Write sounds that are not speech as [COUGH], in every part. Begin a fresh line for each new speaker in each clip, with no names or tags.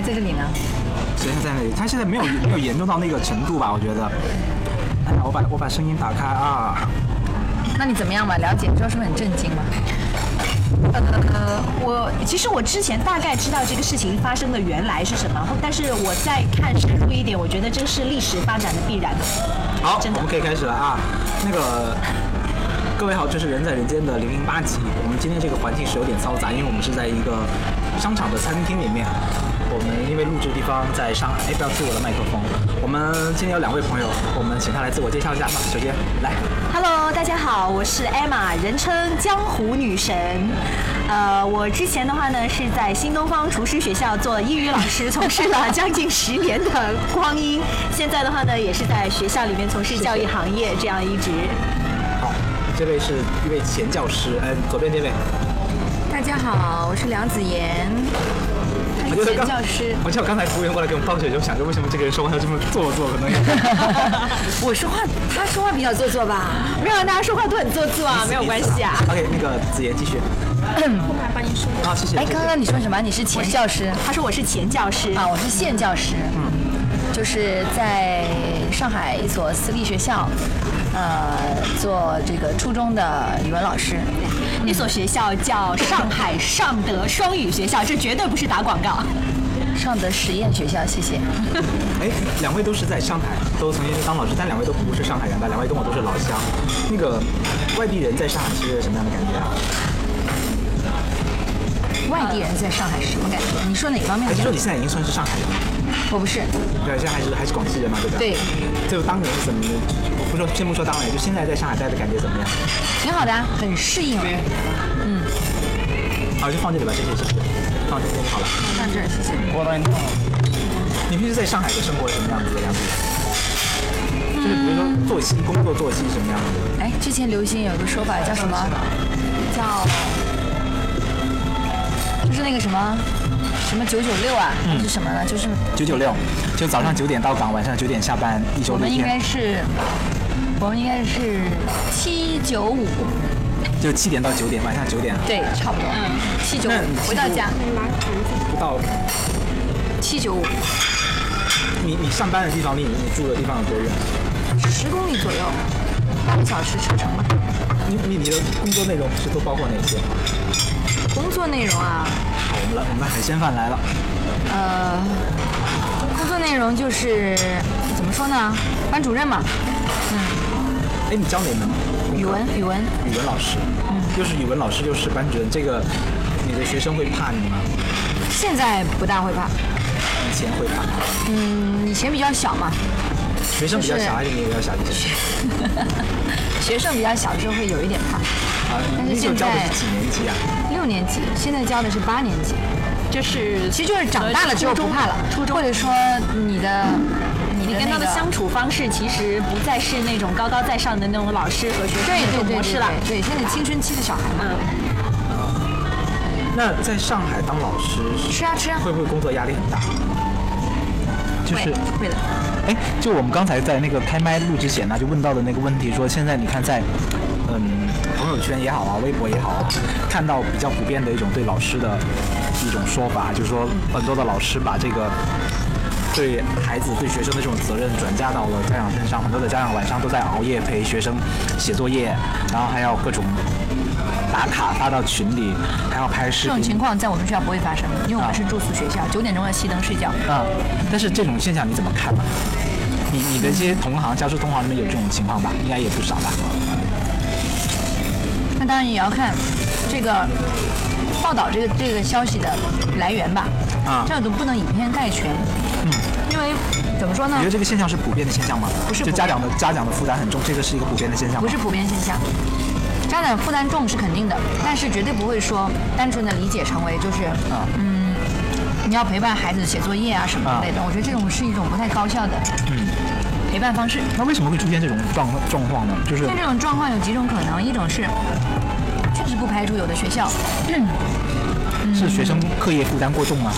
在这里呢，
谁在那里？他现在没有没有严重到那个程度吧？我觉得。哎呀，我把我把声音打开啊！
那你怎么样嘛？了解之后是不是很震惊嘛？
呃，我其实我之前大概知道这个事情发生的原来是什么，后但是我再看深入一点，我觉得这是历史发展的必然。
好，
真
我
的
们可以开始了啊！那个，各位好，这是《人在人间》的零零八集。我们今天这个环境是有点嘈杂，因为我们是在一个商场的餐厅里面。我们因为录制地方在上海，哎，不要吃我的麦克风。我们今天有两位朋友，我们请他来自我介绍一下吧。首先，来，
Hello，大家好，我是 Emma，人称江湖女神。呃，我之前的话呢是在新东方厨师学校做英语老师，从
[LAUGHS]
事了将近十年的光阴。现在的话呢，也是在学校里面从事教育行业这样一职。
好，这位是一位前教师，嗯、左边这位，
大家好，我是梁子妍，
我觉得
前
刚
教师。
我记得我刚才服务员过来给我们倒水的时候，想着为什么这个人说话要这么做作，可能
[LAUGHS] 我说话，他说话比较做作吧？
没有，大家说话都很做作啊，没有关系啊。。
OK，那个子妍继续。
嗯
后面帮你说。啊，谢谢。
哎，
谢谢
刚刚你说什么？你是前教师
他说我是前教师，
啊？我是现教师，就是在上海一所私立学校，呃，做这个初中的语文老师。
那所学校叫上海上德双语学校，这绝对不是打广告。
上的实验学校，谢谢。
哎，两位都是在上海，都曾经当老师，但两位都不是上海人吧？两位跟我都是老乡。那个外地人在上海是什么样的感觉啊？
外地人在上海是什么感觉？你说哪方面
还
的
是
感
哎说你
觉？
现在已经算是上海人了？
我不是，
对，现在还是还是广西人嘛，对吧？
对。
就当年是怎么？我不说，先不说当年，就现在在上海待的感觉怎么样？
挺好的啊，很适应啊。
啊好，就放这里吧，谢谢谢谢，放这边就好了。
上这儿，谢谢。
我帮你弄。你平时在上海的生活是什么样子的样子？就是比如说作息、工作作息什么样子？
哎，之前流行有个说法叫什么？叫就是那个什么什么九九六啊，还是什么呢？就是
九九六，就早上九点到岗，晚上九点下班，一周
我
六
们应该
天，
是我们应该是七九五，
就七点到九点，晚上九点
对，差不多，七九
那
五回到家
不到。
七九五
你你上班的地方离你你住的地方有多远？
十公里左右，半个小时车程吧。
你你你的工作内容是都包括哪些？
工作内容啊，
好，我们来我们的海鲜饭来了，
呃，工作内容就是怎么说呢？班主任嘛，
哎，你教哪门？
语文语文
语文老师，又是语文老师又是班主任，这个你的学生会怕你吗？
现在不大会怕，
以前会怕。
嗯，以前比较小嘛，
学生比较
就是
小还是你比较小一些？
学生比较小的时候会有一点怕。
啊，
但是
你所
现
教的
在
是几年级啊？
六年级，现在教的是八年级，
这是
其实就是长大了之后不怕了，
初中
或者说你的你的
你跟
那
他的
个
相处方式其实不再是那种高高在上的那种老师和学生
对
那
对
种
对
模式
对
了。
对，对现在青春期的小孩嘛，
嗯，
那在上海当老师
吃啊吃啊，
会不会工作压力很大？就
会
是，
会的，
哎，就我们刚才在那个开麦录之前呢，就问到的那个问题，说现在你看在，嗯，朋友圈也好啊，微博也好啊，看到比较普遍的一种对老师的一种说法，就是说很多的老师把这个对孩子、对学生的这种责任转嫁到了家长身上，很多的家长晚上都在熬夜陪学生写作业，然后还要各种打卡发到群里，还要拍视
这
频
种。情况在我们学校不会发生，因为我们是住宿学校，九点钟要熄灯睡觉。
啊、但是这种现象你怎么看呢？你你的一些同行、教师同行里面有这种情况吧？应该也不少吧？
那当然也要看这个报道这个这个消息的来源吧，
啊
这样都不能以偏概全，嗯，因为怎么说呢
你觉，得这个现象是普遍的现象吗？
不是
就
普遍
家长的家长的负担很重，这个是一个普遍的现象吗。
不是普遍现象。家长负担重是肯定的，但是绝对不会说单纯的理解成为就是，
啊
嗯，你要陪伴孩子写作业啊什么之类的。我觉得这种是一种不太高效的陪伴方式。
那为什么会出现这种状状况呢？就是
像这种状况有几种可能，一种是确实不排除有的学校
是学生课业负担过重啊吗？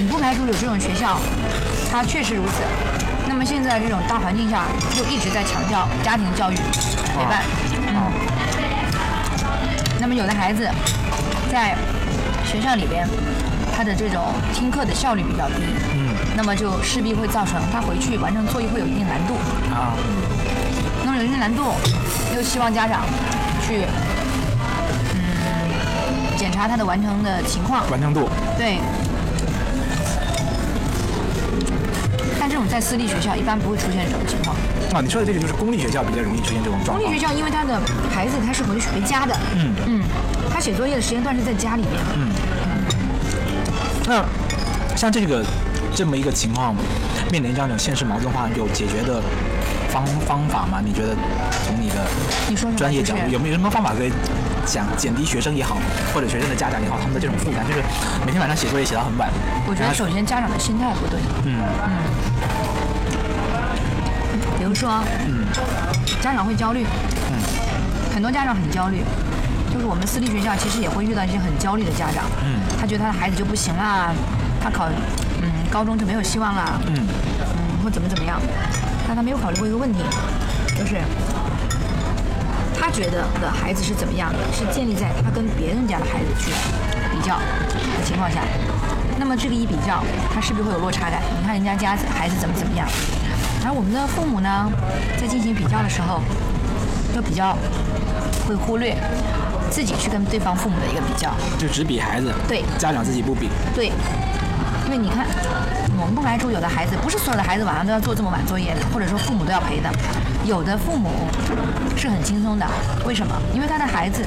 你不排除有这种学校，它确实如此。那么现在这种大环境下，就一直在强调家庭教育陪伴。嗯
啊
那么有的孩子在学校里边，他的这种听课的效率比较低，嗯，那么就势必会造成他回去完成作业会有一定难度。
啊，
那么有一定难度，又希望家长去嗯检查他的完成的情况。
完成度
对。但这种在私立学校一般不会出现这种情况。
啊，你说的这个就是公立学校比较容易出现这种状
公立
况
学。校因为他的孩子他是回回家的，
嗯
嗯，他写作业的时间段是在家里面。
那像这个这么一个情况，面临这样一种现实矛盾化，有解决的方方法吗？你觉得从你的
你说什么
专业角
就
度，
是
有没有什么方法可以想减低学生也好，或者学生的家长也好，他们的这种负担，就是每天晚上写作业写到很晚，
我觉得
然后
首先家长的心态不对，
嗯
比如说，嗯，家长会焦虑，
嗯
很多家长很焦虑，就是我们私立学校其实也会遇到一些很焦虑的家长，
嗯
他觉得他的孩子就不行啦，他考嗯高中就没有希望啦，
嗯
嗯，或怎么怎么样，但他没有考虑过一个问题，就是他觉得的孩子是怎么样的，是建立在他跟别人家的孩子去比较的情况下，那么这个一比较，他是不是会有落差感？你看人家家孩子怎么怎么样，而我们的父母呢，在进行比较的时候，就比较会忽略自己去跟对方父母的一个比较，
就只比孩子，
对
家长自己不比，
对，因为你看，我们不排除有的孩子，不是所有的孩子晚上都要做这么晚作业的，或者说父母都要陪的。有的父母是很轻松的，为什么？因为他的孩子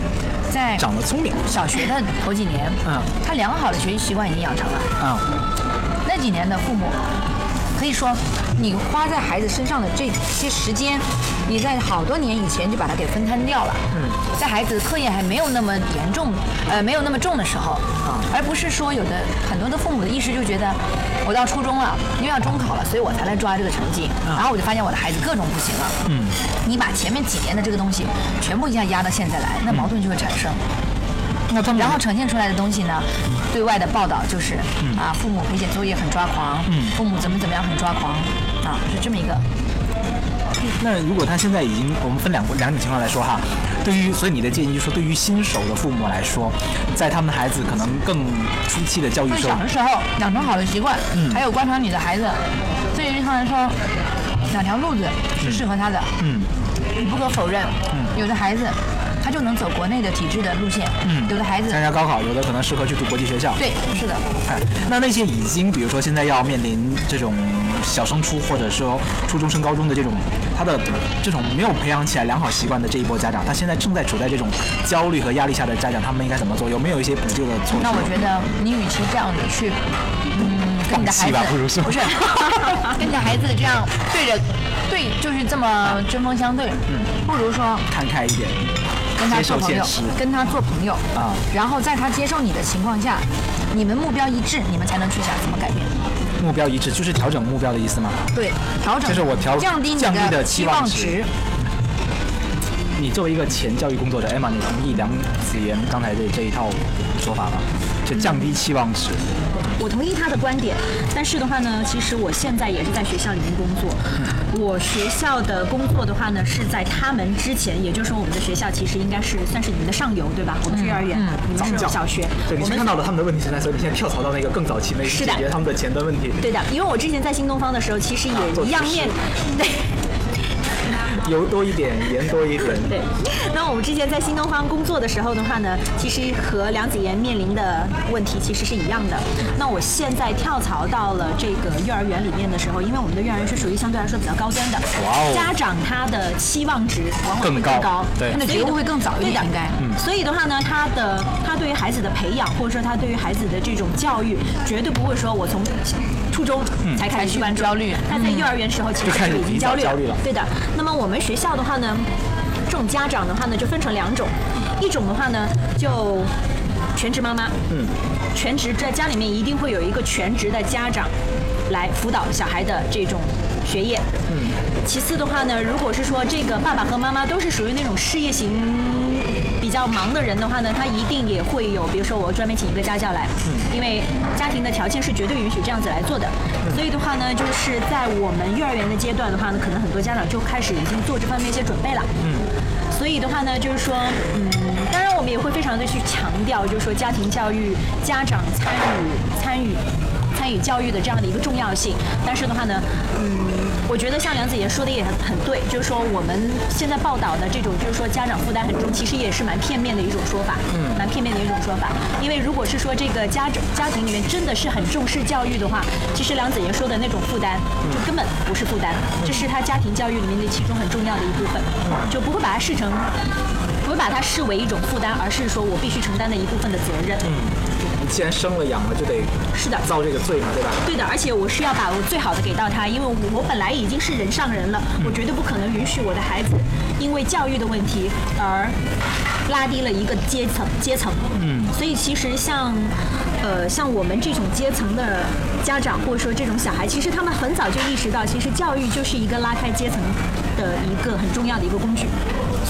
在
长得聪明，
小学的头几年，
嗯
他良好的学习习惯已经养成了。
啊、
那几年的父母，可以说你花在孩子身上的这些时间，你在好多年以前就把它给分摊掉了。嗯，在孩子课业还没有那么严重，呃，没有那么重的时候，啊而不是说有的很多的父母的意识就觉得，我到初中了，又要中考了，所以我才来抓这个成绩，然后我就发现我的孩子各种不行了。啊嗯，你把前面几年的这个东西全部一下压到现在来，那矛盾就会产生。
那他们
然后呈现出来的东西呢，
嗯
对外的报道就是、啊，父母陪写作业很抓狂，
嗯
父母怎么怎么样很抓狂，啊，是这么一个。
那如果他现在已经，我们分两两种情况来说哈，对于所以你的建议就是说，对于新手的父母来说，在他们的孩子可能更初期的教育
那
时
小
候
的，时候养成好的习惯，
嗯
还有观察你的孩子，对于他来说，哪条路子是适合他的，
嗯
你不可否认，有的孩子他就能走国内的体制的路线，
嗯
有的孩子
参加高考，有的可能适合去读国际学校。
对是的，
哎，那那些已经比如说现在要面临这种小升初或者说初中升高中的这种他的这种没有培养起来良好习惯的这一波家长，他现在正在处在这种焦虑和压力下的家长，他们应该怎么做？有没有一些补救的措施？
那我觉得你与其这样，你去，嗯，跟你的孩子
放弃吧不如说
不是， [LAUGHS] 跟你的孩子这样对着对，就是这么针锋相对，不如说
看开一点，
跟他
嗯接
做
受
朋
现
友
实，
跟他做朋友
啊
然后在他接受你的情况下，你们目标一致，你们才能去想怎么改变。
目标一致，就是调整目标的意思吗？
对，调整，
这是我调
降低你
降低的
期
期
望
望值你作为一个前教育工作者，Emma，你同意梁子妍刚才这这一套说法吗？就降低期望值，
我同意他的观点，但是的话呢，其实我现在也是在学校里面工作。我学校的工作的话呢，是在他们之前，也就是说我们的学校其实应该是算是你们的上游，对吧？我们是幼儿
嗯
园，你们是小学，
对，你是
我们
看到了他们的问题存在，所以你现在跳槽到那个更早期，那
是
去
的
解决他们的前端问题。
对的，因为我之前在新东方的时候，其实
啊做
也一样
厨师
面对。
油多一点，盐多一点。
对，那我们之前在新东方工作的时候的话呢，其实和梁子妍面临的问题其实是一样的。那我现在跳槽到了这个幼儿园里面的时候，因为我们的幼儿园是属于相对来说比较高端的，
哇哦
家长他的期望值往往会
更
更
高
高，
对
他的
所以
觉
的
悟会更早一
对
点，
的
应该。
所以的话呢，他的他对于孩子的培养，或者说他对于孩子的这种教育，绝对不会说我从初中才开始去关注
焦虑
他在幼儿园时候其
就开
实
始
已经
比较
焦虑
焦虑了
对的。那么我们学校的话呢，这种家长的话呢，就分成两种，一种的话呢就全职妈妈，嗯，全职在家里面一定会有一个全职的家长来辅导小孩的这种学业，嗯。其次的话呢，如果是说这个爸爸和妈妈都是属于那种事业型。比较忙的人的话呢，他一定也会有，比如说我专门请一个家教来，因为家庭的条件是绝对允许这样子来做的。所以的话呢，就是在我们幼儿园的阶段的话呢，可能很多家长就开始已经做这方面一些准备了。所以的话呢，就是说，嗯，当然我我们也会非常的去强调，就是说家庭教育、家长参与、参与、参与教育的这样的一个重要性。但是的话呢，嗯，我觉得像梁子妍说的也很很对，就是说我们现在报道的这种，就是说家长负担很重，其实也是蛮片面的一种说法，嗯，蛮片面的一种说法。因为如果是说这个家长家庭里面真的是很重视教育的话，其实梁子妍说的那种负担，就根本不是负担，这是他家庭教育里面的其中很重要的一部分，就不会把它视成，不会把它视为一种负担，而是说我必须承担的一部分的责任。
你既然生了养了，就得
是的
遭这个罪嘛，对吧？
对的，而且我是要把我最好的给到他，因为我我本来已经是人上人了，我绝对不可能允许我的孩子因为教育的问题而拉低了一个阶层阶层。嗯，所以其实像呃像我们这种阶层的家长或者说这种小孩，其实他们很早就意识到，其实教育就是一个拉开阶层的一个很重要的一个工具。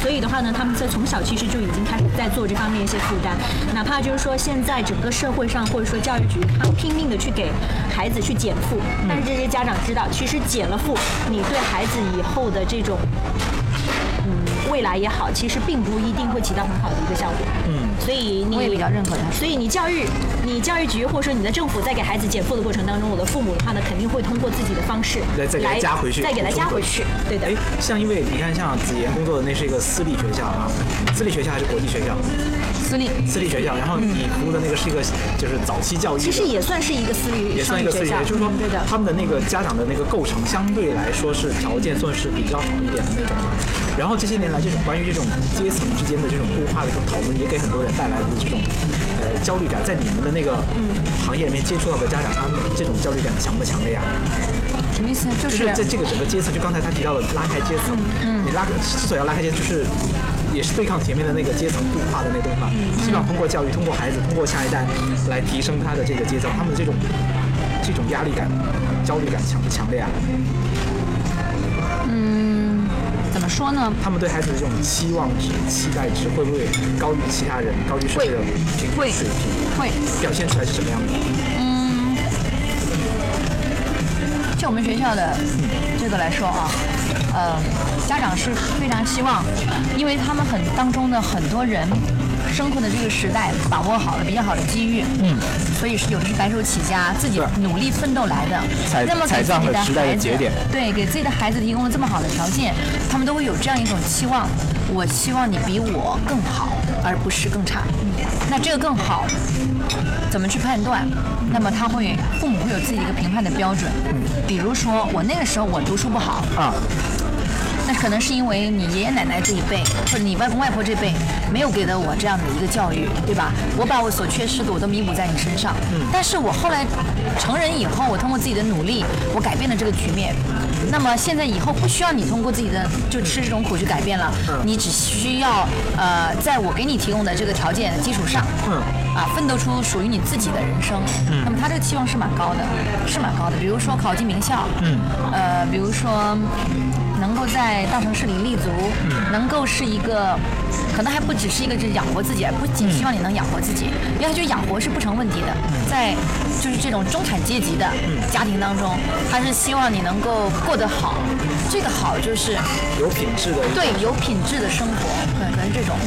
所以的话呢，他们在从小其实就已经开始在做这方面一些负担，哪怕就是说现在整个社会上或者说教育局他拼命的去给孩子去减负，但是这些家长知道，其实减了负，你对孩子以后的这种。嗯，未来也好，其实并不一定会起到很好的一个效果。嗯，所以你
我也比较认可他说
所以你教育，你教育局或者说你的政府在给孩子减负的过程当中，我的父母的话呢，肯定会通过自己的方式
再再给他加回去
再给他加回去。对的
哎，，像因为你看，像子妍工作的那是一个私立学校啊，私立学校还是国际学校？
私立
私立学校。然后你服务的那个是一个就是早期教育的，
嗯其实也算是一个私立
也
上
算一
语
个私
学
立学
校
校，，就是说
嗯对的。
他们的那个家长的那个构成相对来说是条件算是比较好一点的那种嘛。然后这些年来，这种关于这种阶层之间的这种固化的这种讨论，也给很多人带来了这种呃焦虑感。在你们的那个
嗯
行业里面接触到的家长，他们这种焦虑感强不强烈啊？
什么意思？就
就是是在这个整个阶层，就刚才他提到的拉开阶层，嗯，你拉之所以要拉开阶层，就是也是对抗前面的那个阶层固化的那个东西嘛，希望通过教育，通过孩子，通过下一代来提升他的这个阶层，他们的这种这种压力感、焦虑感强不强烈啊？
怎么说呢？
他们对孩子的这种期望值、期待值会不会高于其他人，高于社会的平
会
均水平？
会
表现出来是什么样的？
就我们学校的这个来说啊，呃，家长是非常希望，因为他们很当中的很多人生活的这个时代把握好了比较好的机遇，嗯，所以是有的是白手起家，自己
对
努力奋斗来的，
踩
那么给
踩
自
上
己
了
的
时代的
孩子
节点
对，给自己的孩子提供了这么好的条件，他们都会有这样一种期望：我希望你比我更好，而不是更差。那这个更好怎么去判断？那么他会父母会有自己的一个评判的标准。比如说我那个时候我读书不好，
啊，
那可能是因为你爷爷奶奶这一辈，或者你外公外婆这辈，没有给到我这样的一个教育，对吧？我把我所缺失的我都弥补在你身上。嗯。但是我后来成人以后，我通过自己的努力，我改变了这个局面。那么现在以后不需要你通过自己的就吃这种苦去改变了，
嗯
你只需要呃，在我给你提供的这个条件的基础上，
嗯。
啊，奋斗出属于你自己的人生。那么他这个期望是蛮高的，是蛮高的。比如说考进名校，嗯，呃，比如说能够在大城市里立足，能够是一个，可能还不只是一个就是养活自己，不仅希望你能养活自己，因为他觉得养活是不成问题的，在就是这种中产阶级的家庭当中，他是希望你能够过得好，这个好就是
有品质的一个
对有品质的生活，对，可能这种。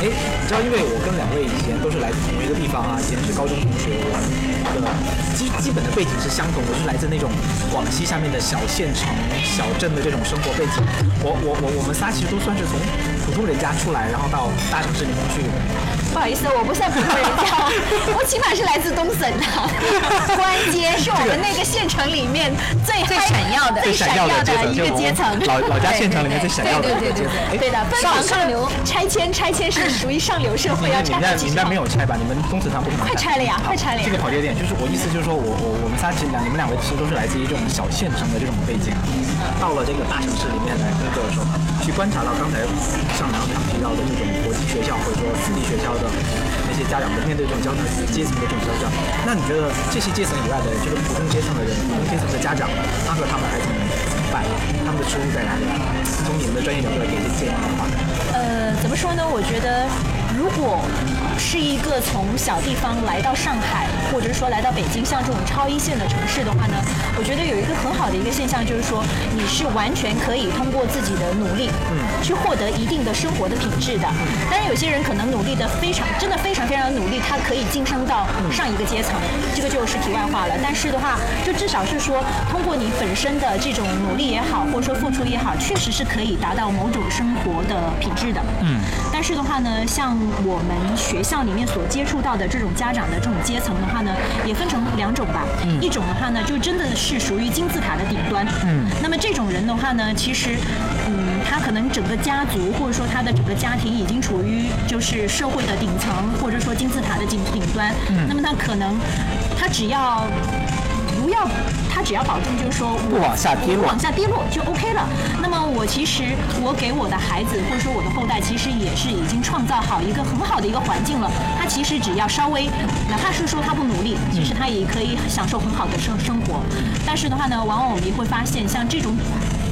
哎，你知道，因为我跟两位以前都是来自同一个地方啊，以前是高中同学，我的基基本的背景是相同，我是来自那种广西下面的小县城、小镇的这种生活背景。我我我我们仨其实都算是从普通人家出来，然后到大城市里面去。
不好意思，我不算普通人
[LAUGHS]
家，我起码是来自东森的。关街是我们那个县城里面最
最
嗨
闪耀的
最闪耀的一个阶层。
老老家县城里面最
对
闪耀的
对
一
对对
个阶层。
对。
哎
对的，分
上
房上流拆迁，拆迁是属于上流社会要
嗯你
拆
们那
的
你
几
们
十
那
套
没。有拆吧？你们东祠堂不可能
快拆了呀快拆了呀
这个跑题有点，就是我意思就是说我我我们仨其实两你们两位其实都是来自于这种小县城的这种背景，啊到了这个大城市里面来工作的时候，去观察到刚才上梁他提到的这种国际学校或者说私立学校的那些家长们面对这种交叉阶层的这种交叉，那你觉得这些阶层以外的人，就是普通阶层的人，普通阶层的家长，他和他们孩子们怎么办？他们的出路在哪里？从你们的专业角度来给一些建议的话，
呃，怎么说呢？我觉得，如如果是一个从小地方来到上海，或者说来到北京，像这种超一线的城市的话呢，我觉得有一个很好的一个现象就是说，你是完全可以通过自己的努力，嗯，去获得一定的生活的品质的。当然，有些人可能努力的非常，真的非常非常努力，他可以晋升到上一个阶层，这个就是题外话了。但是的话，就至少是说，通过你本身的这种努力也好，或者说付出也好，确实是可以达到某种生活的品质的。嗯。但是的话呢，像我们学校里面所接触到的这种家长的这种阶层的话呢，也分成两种吧。嗯、一种的话呢，就真的是属于金字塔的顶端。嗯。那么这种人的话呢，其实，嗯，他可能整个家族或者说他的整个家庭已经处于就是社会的顶层，或者说金字塔的顶顶端。嗯。那么他可能，他只要。不要，他只要保证就是说我
不往下跌落
我往下跌落就 OK 了。那么我其实我给我的孩子或者说我的后代，其实也是已经创造好一个很好的一个环境了。他其实只要稍微，哪怕是说他不努力，其实他也可以享受很好的生生活。
嗯
但是的话呢，往往我们也会发现，像这种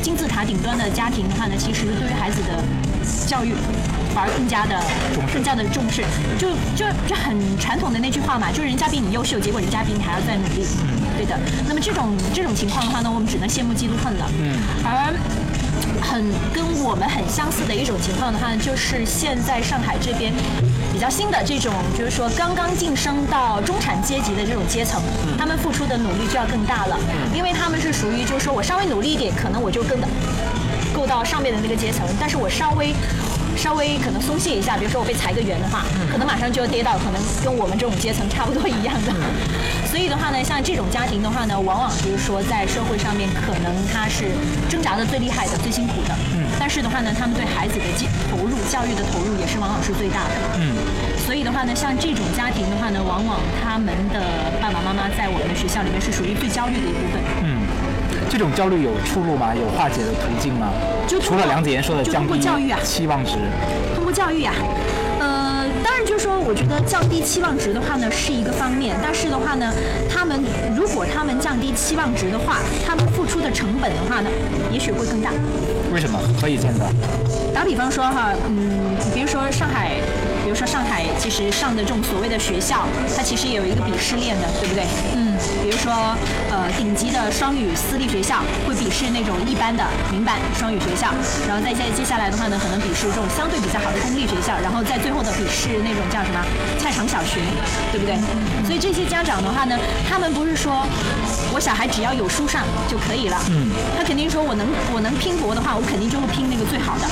金字塔顶端的家庭的话呢，其实对于孩子的教育反而更加的更加的重视，就就就很传统的那句话嘛，就是人家比你优秀，结果人家比你还要再努力，对的。那么这种这种情况的话呢，我们只能羡慕嫉妒恨了。嗯，而。很跟我们很相似的一种情况的话，就是现在上海这边比较新的这种，就是说刚刚晋升到中产阶级的这种阶层，他们付出的努力就要更大了，因为他们是属于就是说我稍微努力一点，可能我就更够到上面的那个阶层，但是我稍微。稍微可能松懈一下，比如说我被裁个员的话，可能马上就要跌倒，可能跟我们这种阶层差不多一样的。 [LAUGHS] 所以的话呢，像这种家庭的话呢，往往就是说在社会上面，可能他是挣扎的最厉害的、最辛苦的。嗯。但是的话呢，他们对孩子的投入、教育的投入也是往往是最大的。嗯。所以的话呢，像这种家庭的话呢，往往他们的爸爸妈妈在我们学校里面是属于最焦虑的一部分。
这种焦虑有出路吗？有化解的途径吗？
就
除了梁子妍说的
就
降
通过
低
教育啊
期望值，
通过教育啊，呃，当然就是说，我觉得降低期望值的话呢是一个方面，但是的话呢，他们如果他们降低期望值的话，他们付出的成本的话呢，也许会更大。
为什么？何以见得？
打比方说哈，嗯，比如说上海，比如说上海其实上的这种所谓的学校，它其实也有一个鄙视链的，对不对？嗯，比如说呃顶级的双语私立学校会鄙视那种一般的民办双语学校，然后再接接下来的话呢，可能鄙视这种相对比较好的公立学校，然后再最后的鄙视那种叫什么菜场小学，对不对？所以这些家长的话呢，他们不是说我小孩只要有书上就可以了，嗯，他肯定说我能我能拼搏的话，我肯定就会拼那个最好的。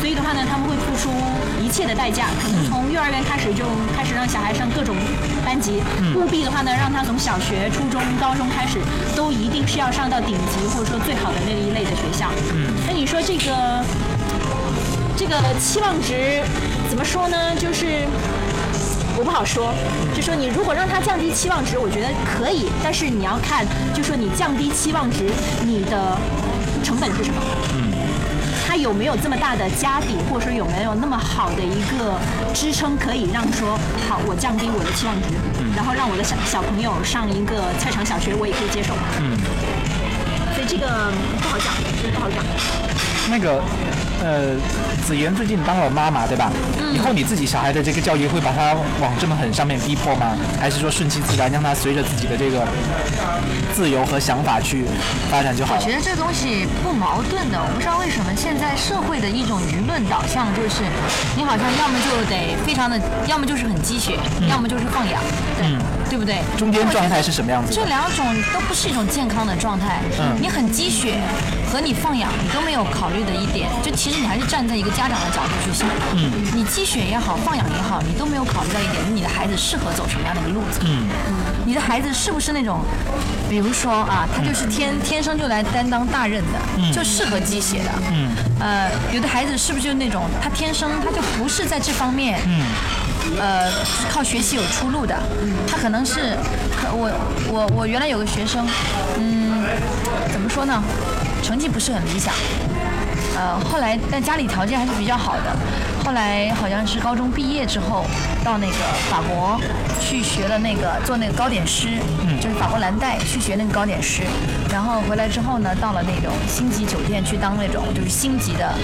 所以的话呢，他们会付出一切的代价，可能从幼儿园开始就开始让小孩上各种班级，务必的话呢，让他从小学、初中、高中开始，都一定是要上到顶级或者说最好的那一类的学校。嗯，那你说这个这个期望值怎么说呢？就是。我不好说，就说你如果让他降低期望值，我觉得可以，但是你要看，就说你降低期望值，你的成本是什么？他有没有这么大的家底，或者说有没有那么好的一个支撑，可以让说好，我降低我的期望值，
嗯
然后让我的小小朋友上一个菜场小学，我也可以接受。嗯，所以这个不好讲，这个不好讲。
那个，呃，子妍最近当了妈妈，对吧？
嗯
以后你自己小孩的这个教育会把他往这么狠上面逼迫吗？还是说顺其自然，让他随着自己的这个自由和想法去发展就好
我
了？
觉得这东西不矛盾的，我不知道为什么现在社会的一种舆论导向就是，你好像要么就得非常的，要么就是很鸡血，要么就是放养，对、对不对？
中间状态是什么样子
这
的？
两种都不是一种健康的状态。
嗯
你很鸡血和你放养，你都没有考虑的一点，就其实你还是站在一个家长的角度去想。嗯，你鸡血也好，放养也好，你都没有考虑到一点，你的孩子适合走什么样的一个路子。嗯，你的孩子是不是那种，比如说啊，他就是天天生就来担当大任的，就适合鸡血的。嗯，呃，有的孩子是不是就那种他天生他就不是在这方面。嗯。呃，靠学习有出路的，他可能是，可我我我原来有个学生，嗯，怎么说呢，成绩不是很理想，呃，后来但家里条件还是比较好的，后来好像是高中毕业之后，到那个法国去学了那个做那个糕点师，就是法国蓝带去学那个糕点师，然后回来之后呢，到了那种星级酒店去当那种就是星级的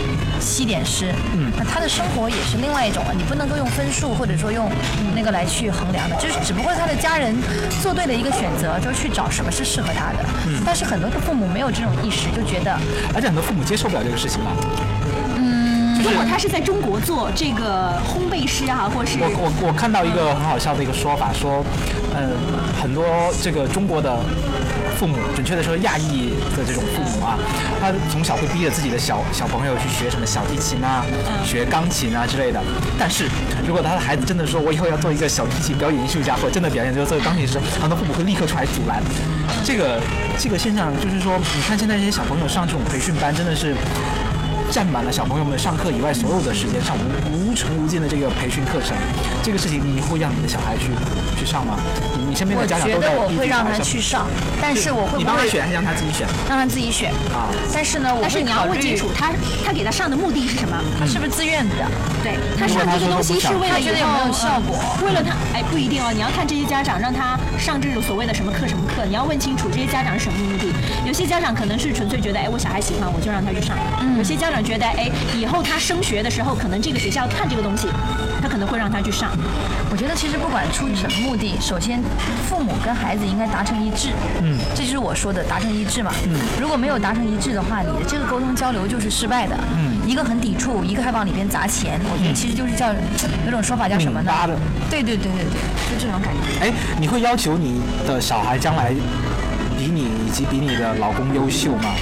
西点师，嗯，那他的生活也是另外一种啊了，你不能够用分数或者说用那个来去衡量的，就是只不过他的家人做对了一个选择，就是去找什么是适合他的，嗯，但是很多的父母没有这种意识，就觉得
而且很多父母接受不了这个事情啊吧。嗯
如果他是在中国做这个烘焙师啊，或是
我我我看到一个很好笑的一个说法，说，嗯，很多这个中国的父母，准确的说亚裔的这种父母啊，他从小会逼着自己的小小朋友去学什么小提琴啊、学钢琴啊之类的。但是如果他的孩子真的说我以后要做一个小提琴表演艺术家，或者真的表演这个做个钢琴师，很多父母会立刻出来阻拦。这个这个现象就是说，你看现在这些小朋友上这种培训班，真的是。占满了小朋友们上课以外所有的时间，上无无穷无尽的这个培训课程，这个事情你会让你的小孩去去上吗？你你身边
我
的家长
觉
都
得
在
我
逼自
会
己的
让
孩
他
子
去上，但是我会
你
不
帮他
会
选还是让他自己选
让他自己选？
啊？嗯
但是呢，我
但是
会
你要
考
问
虑
清楚他他给他上的目的是什么？
他是不是自愿的。
对他上这个东西是为了
他
以后
觉得有没有效果
呃为了他，哎，不一定哦。你要看这些家长让他上这种所谓的什么课什么课，你要问清楚这些家长是什么目的。有些家长可能是纯粹觉得，哎，我小孩喜欢，我就让他去上；有些家长觉得，哎，以后他升学的时候，可能这个学校看这个东西，他可能会让他去上。
我觉得其实不管出于什么目的，首先父母跟孩子应该达成一致。嗯，这就是我说的达成一致嘛。嗯，如果没有达成一致的话，你的这个沟通交流就是失败的。嗯，一个很抵触，一个还往里边砸钱，我觉得其实就是叫有种说法叫什么呢
嗯拧巴的？
对对对对对，就这种感觉。
哎，你会要求你的小孩将来比你以及比你的老公优秀吗？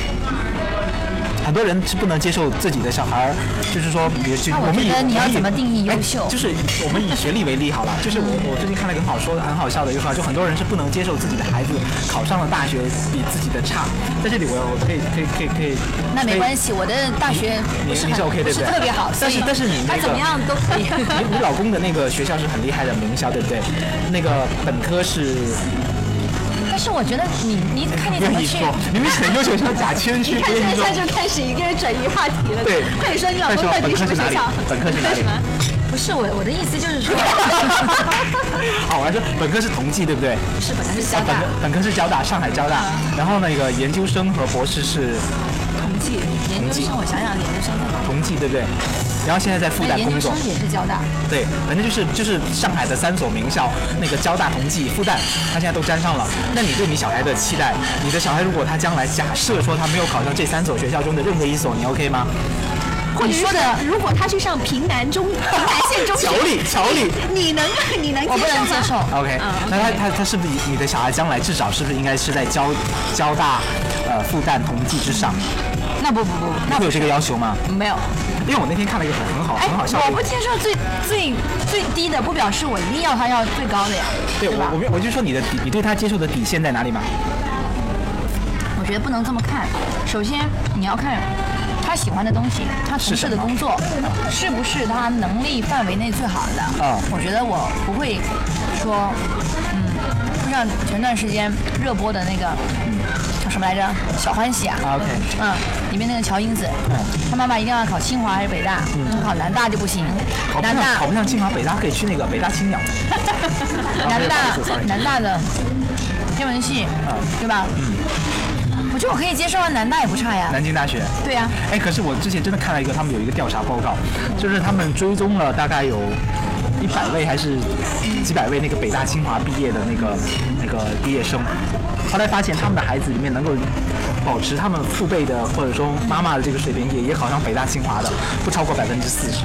很多人是不能接受自己的小孩儿，就是说，比如就
那我
我们以
觉得你要
我们以
怎么定义优秀
哎就是我们以学历为例好了，就是我我最近看了一个很好说的很好笑的一个说法，就很多人是不能接受自己的孩子考上了大学比自己的差，在这里我我可以可以可以可以，
那没
系。
关系，我的大学不
你
是
你
很
是 OK 对
不是
不对？
特别好，
但
所
是
以
但是你那
他
个
怎么样都可以。
[LAUGHS] 你你老公的那个学校是很厉害的名校，对不对？那个本科是
但是我觉得你你看你
不
怎么
愿意
去
说，
[LAUGHS]
明明很优秀，像假谦虚，
你看
不愿意
现
说
在。就开始一个人转移话题了。
对
快点说你老公
快
到
说
底是什么
本科是哪
[LAUGHS]
里本科是哪里
学校？什么？
不是我我的意思就是
[LAUGHS]
说，
哦好，我来说，本科是同济，对不对？啊
是本来是交
本
大嗯
科本科是交大，上海交大，然后那个研究生和博士是
同济，研究生我想想，研究生在哪
同济，对不对？然后现在在复
哎
旦
研
工
究
作
生，也是交
[LAUGHS]
大，
对，反正就是就是上海的三所名校，那个交大、同济、复旦，他现在都沾上了。那你对你小孩的期待，你的小孩如果他将来假设说他没有考上这三所学校中的任何一所，你 OK 吗？
或者
你说的
是如果他去上平南中平南
[LAUGHS]
县中学
条，理，条理。
你能你能
我不能
接
接
受
受
吗？。
OK，那
嗯
他他他是不是你的小孩将来至少是不是应该是在交交大、呃复旦、同济之上？
那不不不，
那会有这个要求吗？
那没有。
因为我那天看了一个很很好
哎，
很好笑的
我
一
不
个
接受最最最低的，不表示我一定要他要最高的呀，
对
吧
我我没有我就说你的底，你对他接受的底线在哪里嘛？
我觉得不能这么看。首先，你要看他喜欢的东西，他从事的工作是不是他能力范围内最好的。
嗯
我觉得我不会说，嗯，就像前段时间热播的那个嗯叫什么来着，《小欢喜》啊。
啊，OK 嗯
嗯，里面那个乔英子，她妈妈一定要考清华还是北大，考南大就不行
考。嗯不
南
上
大
考不上清华北大可以去那个北大青鸟。
[LAUGHS] 南大
Sorry，
南大的天文系，
啊
对吧？我觉得我可以接受啊，南大也不差呀。
嗯南京大学。
对呀、
哎，可是我之前真的看了一个，他们有一个调查报告，就是他们追踪了大概有一百位还是几百位那个北大清华毕业的那个那个毕业生，后来发现他们的孩子里面能够保持他们父辈的或者说妈妈的这个水平，也也考上北大清华的不超过百分之四十。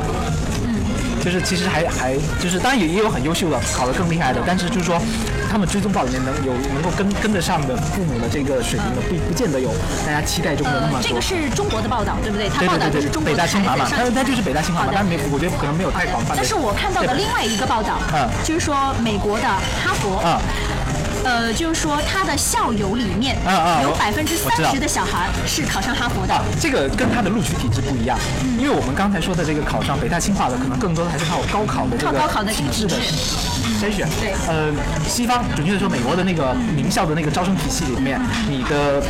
就是其实还还就是，当然也也有很优秀的，考得更厉害的，但是就是说，他们追踪报里面能有能够跟跟得上的父母的这个水平的，不不见得有大家期待中的那么
呃，这
多。
个是中国的报道，对不对？他
对
报道
对
就
对
是
对，
中国
北
的
大
孩
清华嘛
子，上
但但就是北大清华
好
嘛
的，
但没我觉得可能没有太广泛的。
但是我看到的
对
另外一个报道，
嗯
就是说美国的哈佛，
嗯
呃，就是说他的校友里面，
嗯嗯
有
我
百分之
我知道
三十的小孩是考上哈佛的
啊。，这个跟它的录取体制不一样，因为我们刚才说的这个考上北大清华的，可能更多的还是靠高考的这个
靠高考的这
体
个
制的
体制
筛选。对，呃，西方准确的说，美国的那个名校的那个招生体系里面，你的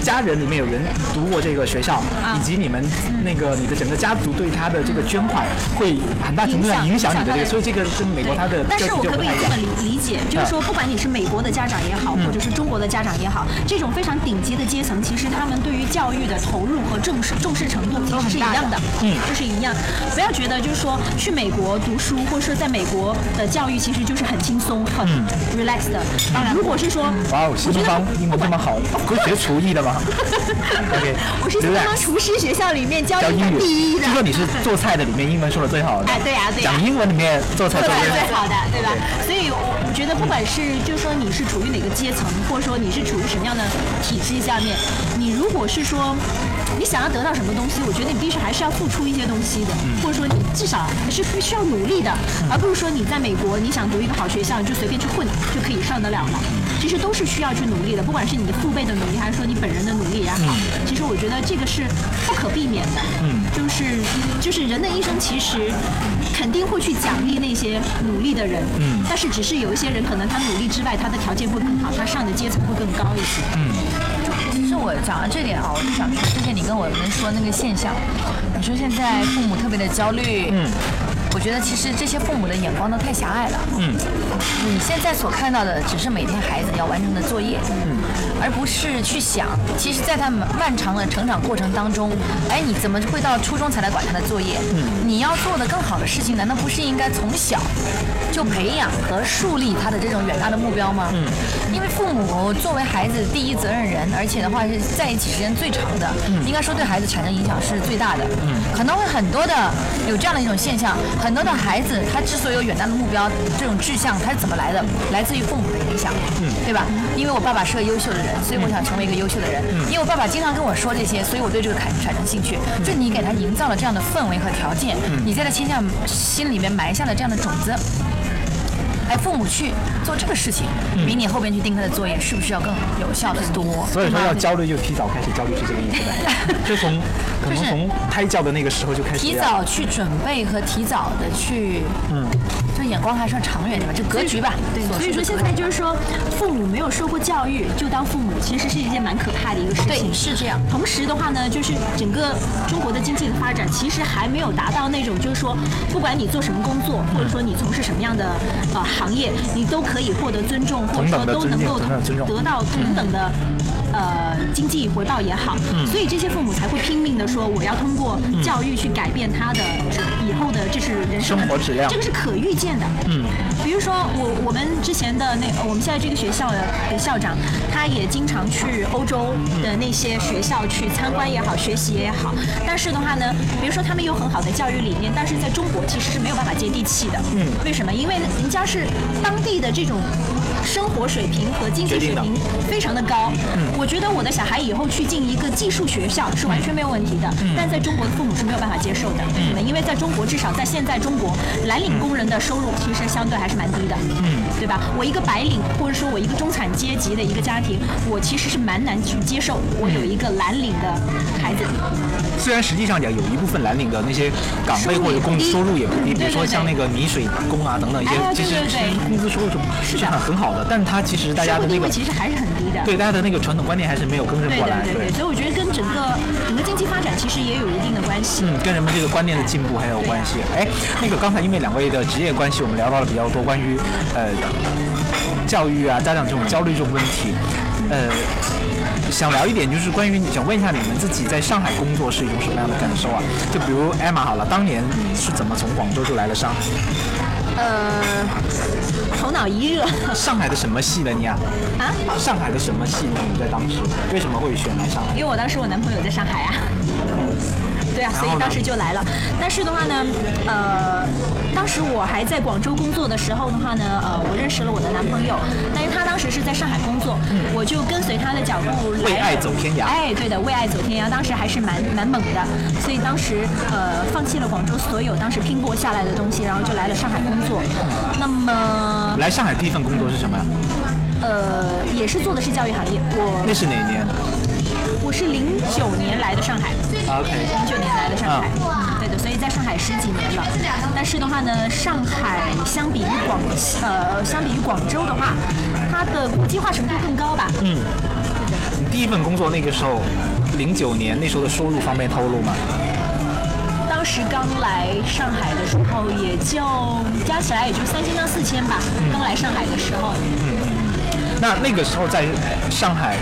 家人里面有人读过这个学校，
啊
以及你们
嗯
那个你的整个家族对他的这个捐款，会很大程度上影响你的这个，所以这个跟美国它的
但
教
是我
育就
可
不
不可以
太一
这
样啊
么。理理解，就是说，不管你是美国的家长也
嗯
好，或者是中国的家长也好，这种非常顶级的阶层，其实他们对于教育的投入和重视重视程度其实是一样的，嗯，就是一样。不要觉得就是说去美国读书，或者说在美国的教育其实就是很轻松、很 relax 的。当然，如果是说，
嗯哇哦，新
我
东
觉得
方英文这么好，不是学厨艺的
[LAUGHS]
吗？OK，
我是新东方厨师学校里面教
教
英
英
文
语，
第一的
据。说你是做菜的里面英文说的最好的。
哎，对呀、对呀、
讲英文里面做菜
对
做
吧
的
最好的，对吧？所以我我觉得，不管是就是说你是处于哪个阶层，或者说你是处于什么样的体制下面，你如果是说你想要得到什么东西，我觉得你必须还是要付出一些东西的，或者说你至少还是必须要努力的，而不是说你在美国你想读一个好学校，你就随便去混就可以上得了了。其实都是需要去努力的，不管是你的父辈的努力，还是说你本人的努力也好，其实我觉得这个是不可避免的。嗯，就是就是人的一生其实肯定会去奖励那些努力的人，嗯，但是只是有一些人可能他努力之外，他的条件会更好，他上的阶层会更高一些。
其实我讲到这点啊，我就想说，之前你跟我们说那个现象，你说现在父母特别的焦虑，嗯，我觉得其实这些父母的眼光都太狭隘了，嗯，你现在所看到的只是每天孩子要完成的作业，嗯，而不是去想，其实在他们漫长的成长过程当中，哎，你怎么会到初中才来管他的作业？嗯，你要做的更好的事情，难道不是应该从小就培养和树立他的这种远大的目标吗？嗯，因为父母作为孩子第一责任人，而且的话是在一起时间最长的，
嗯
应该说对孩子产生影响是最大的。嗯，可能会很多的有这样的一种现象，很多的孩子他之所以有远大的目标，这种志向他是怎么来的？来自于父母的影响，嗯，对吧？因为我爸爸是个优秀的人，所以
嗯
我想成为一个优秀的人。因为我爸爸经常跟我说这些，所以我对这个产产生兴趣。
嗯
就你给他营造了这样的氛围和条件，你在他心下心里面埋下了这样的种子。哎，父母去做这个事情，比你后边去定他的作业是不是要更有效的多？
嗯所以说要焦虑就提早开始焦虑是这个意思呗，
[LAUGHS]
就从可能从胎教的那个时候就开始啊
提
要
早去准备和提早的去，嗯，就眼光还是要长远点吧，就格局吧。
对，所以
说
说现在就是说，父母没有受过教育就当父母，其实是一件蛮可怕的一个事情。
对是这样。
同时的话呢，就是整个中国的经济的发展，其实还没有达到那种，就是说，不管你做什么工作，或者说你从事什么样的呃行业，你都可以获得尊重，或者
同
说
等的
都
尊
能
敬
够
同等的尊重
得到同等的。呃，经济回报也好，
嗯
所以这些父母才会拼命的说，我要通过教育去改变他的以后的，这是人生的
生活质量
这个是可预见的。嗯，比如说我我们之前的那我们现在这个学校的校长，他也经常去欧洲的那些学校去参观也好，学习也好。但是的话呢，比如说他们有很好的教育理念，但是在中国其实是没有办法接地气的。嗯，为什么？因为人家是当地的这种生活水平和经济
决
水
定的
平非常的高。我觉得我的小孩以后去进一个技术学校是完全没有问题的，
嗯
但在中国的父母是没有办法接受的。为什么？因为在中国，至少在现在中国，蓝领工人的收入其实相对还是蛮低的，
嗯
对吧？我一个白领，或者说我一个中产阶级的一个家庭，我其实是蛮难去接受
嗯
我有一个蓝领的孩子。
虽然实际上讲，有一部分蓝领的那些岗位
收入
或者工
也不低
收入也不低，
嗯
比如说
对对
像那个泥水工啊等等一些
哎，对
其实
对
其
对
实工资收入是
的
很很好的，但它其实大
社
家
会
的
地
那
位
个
其实还是很低的。
对大家的那个传统观念还是没有更正
对
过来，
对对对，所以我觉得跟整个整个经济发展其实也有一定的关系。
嗯，跟人们这个观念的进步还有关系。哎，那个刚才因为两位的职业关系，我们聊到了比较多关于呃教育啊、家长这种焦虑这种问题，呃。想聊一点，就是关于想问一下你们自己在上海工作是一种什么样的感受啊？就比如 Emma 好了，当年是怎么从广州就来了上海？
呃，头脑一热 [LAUGHS]
上海的什么系的你啊？
啊，
上海的什么系呢？你在当时为什么会选来上海？
因为我当时我男朋友在上海啊， [LAUGHS] 对啊，所
然后
以
呢
当时就来了。但是的话呢，呃，当时我还在广州工作的时候的话呢，呃，我认识了我的男朋友，但是他当时是在上海工作，我就跟随他的脚步来。
嗯为爱走天涯
哎，对的，为爱走天涯，当时还是蛮蛮猛的，所以当时呃放弃了广州所有当时拼搏下来的东西，然后就来了上海工作。那么
来上海第一份工作是什么呀？
呃也是做的是教育行业，我
那是哪一年？
我我是零九年来的上海，
OK，
零九年来的上海，对的，所以在上海十几年了。但是的话呢，上海相比于广呃相比于广州的话，它的国际化程度更高吧？嗯，
你第一份工作那个时候，零九年那时候的收入方便透露吗？
当时刚来上海的时候，也就加起来也就三千到四千吧。刚来上海的时候，
那那个时候在上海，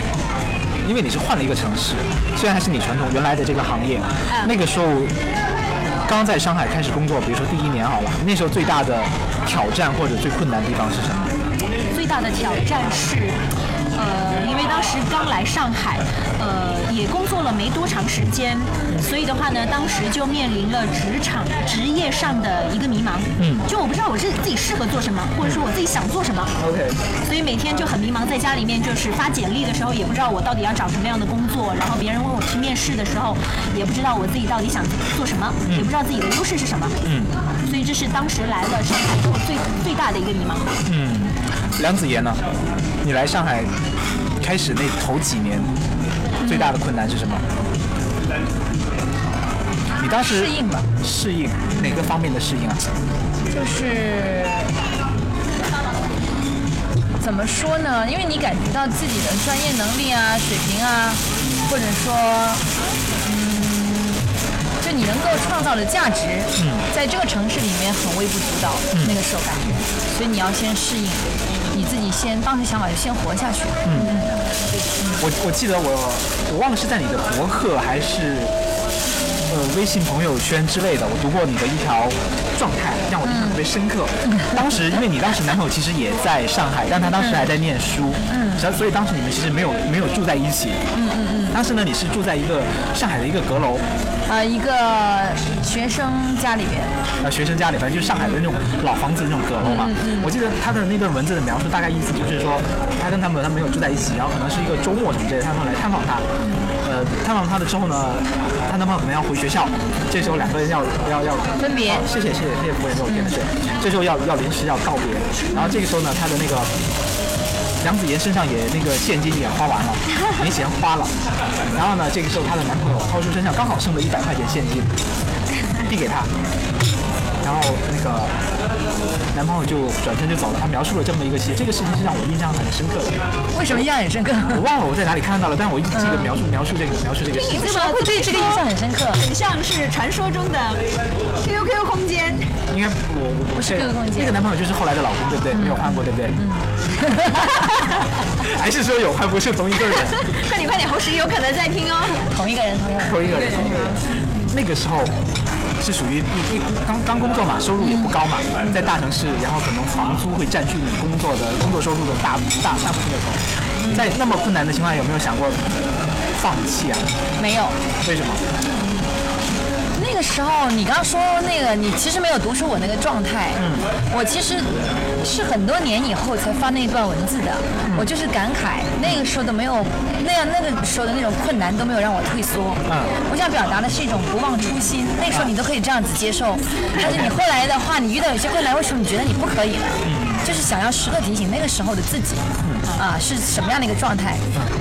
因为你是换了一个城市，虽然还是你传统原来的这个行业，
嗯
那个时候刚在上海开始工作，比如说第一年好了，那时候最大的挑战或者最困难的地方是什么？
最大的挑战是，呃，因为当时刚来上海，呃，也工作了没多长时间，所以的话呢，当时就面临了职场、职业上的一个迷茫。嗯，就我不知道我是自己适合做什么，或者说我自己想做什么。
OK
所以每天就很迷茫，在家里面就是发简历的时候也不知道我到底要找什么样的工作，然后别人问我去面试的时候，也不知道我自己到底想做什么，
嗯
也不知道自己的优势是什么。嗯，所以这是当时来了上海之后最最大的一个迷茫。
嗯
梁子妍呢？你来上海开始那头几年，最大的困难是什么？你当
适
时
应吧，
适应哪个方面的适应啊？
就是怎么说呢？因为你感觉到自己的专业能力啊、水平啊，或者说，嗯，就你能够创造的价值，在这个城市里面很微不足道，那个时候感觉，所以你要先适应，你自己先当时想法就先活下去，
我我记得我我忘了是在你的博客还是呃微信朋友圈之类的，我读过你的一条状态，让我印象特别深刻。当时因为你当时男朋友其实也在上海，但他当时还在念书，嗯，所以当时你们其实没有没有住在一起，嗯嗯嗯。当时呢，你是住在一个上海的一个阁楼，
呃，一个学生家里边，
呃，学生家里，反正就是上海的那种老房子的那种阁楼
嗯
嘛。我记得他的那段文字的描述，大概意思就是说，他跟他们他没有住在一起，然后可能是一个周末什么之类的，他们来探访他。呃，探访他了之后呢，她男朋友可能要回学校，这时候两个人要要要
分别
哦谢谢谢谢谢谢服务员给我点的水。这时候要要临时要告别，然后这个时候呢，他的那个杨子妍身上也那个现金也花完了，没钱花了。然后呢，这个时候她的男朋友掏出身上刚好剩了一百块钱现金，递给她。然后那个男朋友就转身就走了。他描述了这么一个细节，这个事情是让我印象很深刻的。
[LAUGHS] 为什么印象很深刻？
我忘了我在哪里看到了，但我一直记得描述描述这个描述这个事情。
为什么会对这个印象很深刻？
很像是传说中的 QQ 空间。 [LAUGHS]
应该我我我是
这个空间
那个男朋友就是后来的老公，对不对？没有换过，
[LAUGHS]
对不对？ [LAUGHS] 还是说有换不是同一个人？
快点快点，侯石有可能在听 [LAUGHS] 哦。
同一个人，同一个人。
同一个人，同一个人。那个时候是属于一一刚刚工作嘛，收入也不高嘛，在大城市，然后可能房租会占据你工作的工作收入的大大大部分的时候，在那么困难的情况下，有没有想过放弃啊？
没有，
为什么？
那个时候你刚刚说那个，你其实没有读出我那个状态。我其实是很多年以后才发那段文字的。我就是感慨，那个时候都没有那样，那个时候的那种困难都没有让我退缩。
嗯
我想表达的是一种不忘初心。那时候你都可以这样子接受，但是你后来的话，你遇到有些困难，为什么你觉得你不可以了？就是想要时刻提醒那个时候的自己，啊，是什么样的一个状态？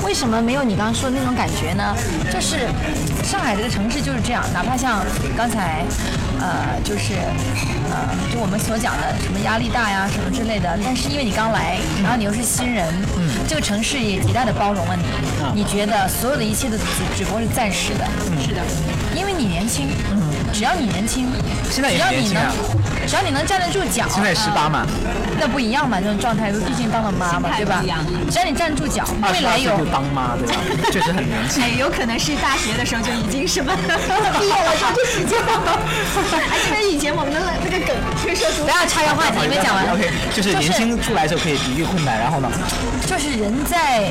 为什么没有你刚刚说的那种感觉呢？就是上海这个城市就是这样，哪怕像刚才，呃，就是呃，就我们所讲的什么压力大呀，什么之类的，但是因为你刚来，然后你又是新人，
嗯
这个城市也极大的包容了
啊
你，你觉得所有的一切都只只不过是暂时的，
是的，
因为你年轻，只要你年轻，
嗯现在也
只要
年
你
轻
能
啊，
只要你能站得住脚，
现在十八嘛，
那不一样嘛，这种状态，毕竟当了妈妈，
态
对吧
不一样？
只要你站得住脚，
二
未
十八
来
岁
有
就当妈，对吧？确实很年轻。
哎，有可能是大学的时候就已经什么 [LAUGHS] 毕业了，说这时间。哎，这是以前我们的那个梗，吹说
不要插个话题，你没讲完。
OK，就是年轻出来的时候可以抵御困难，然后呢？
就是人在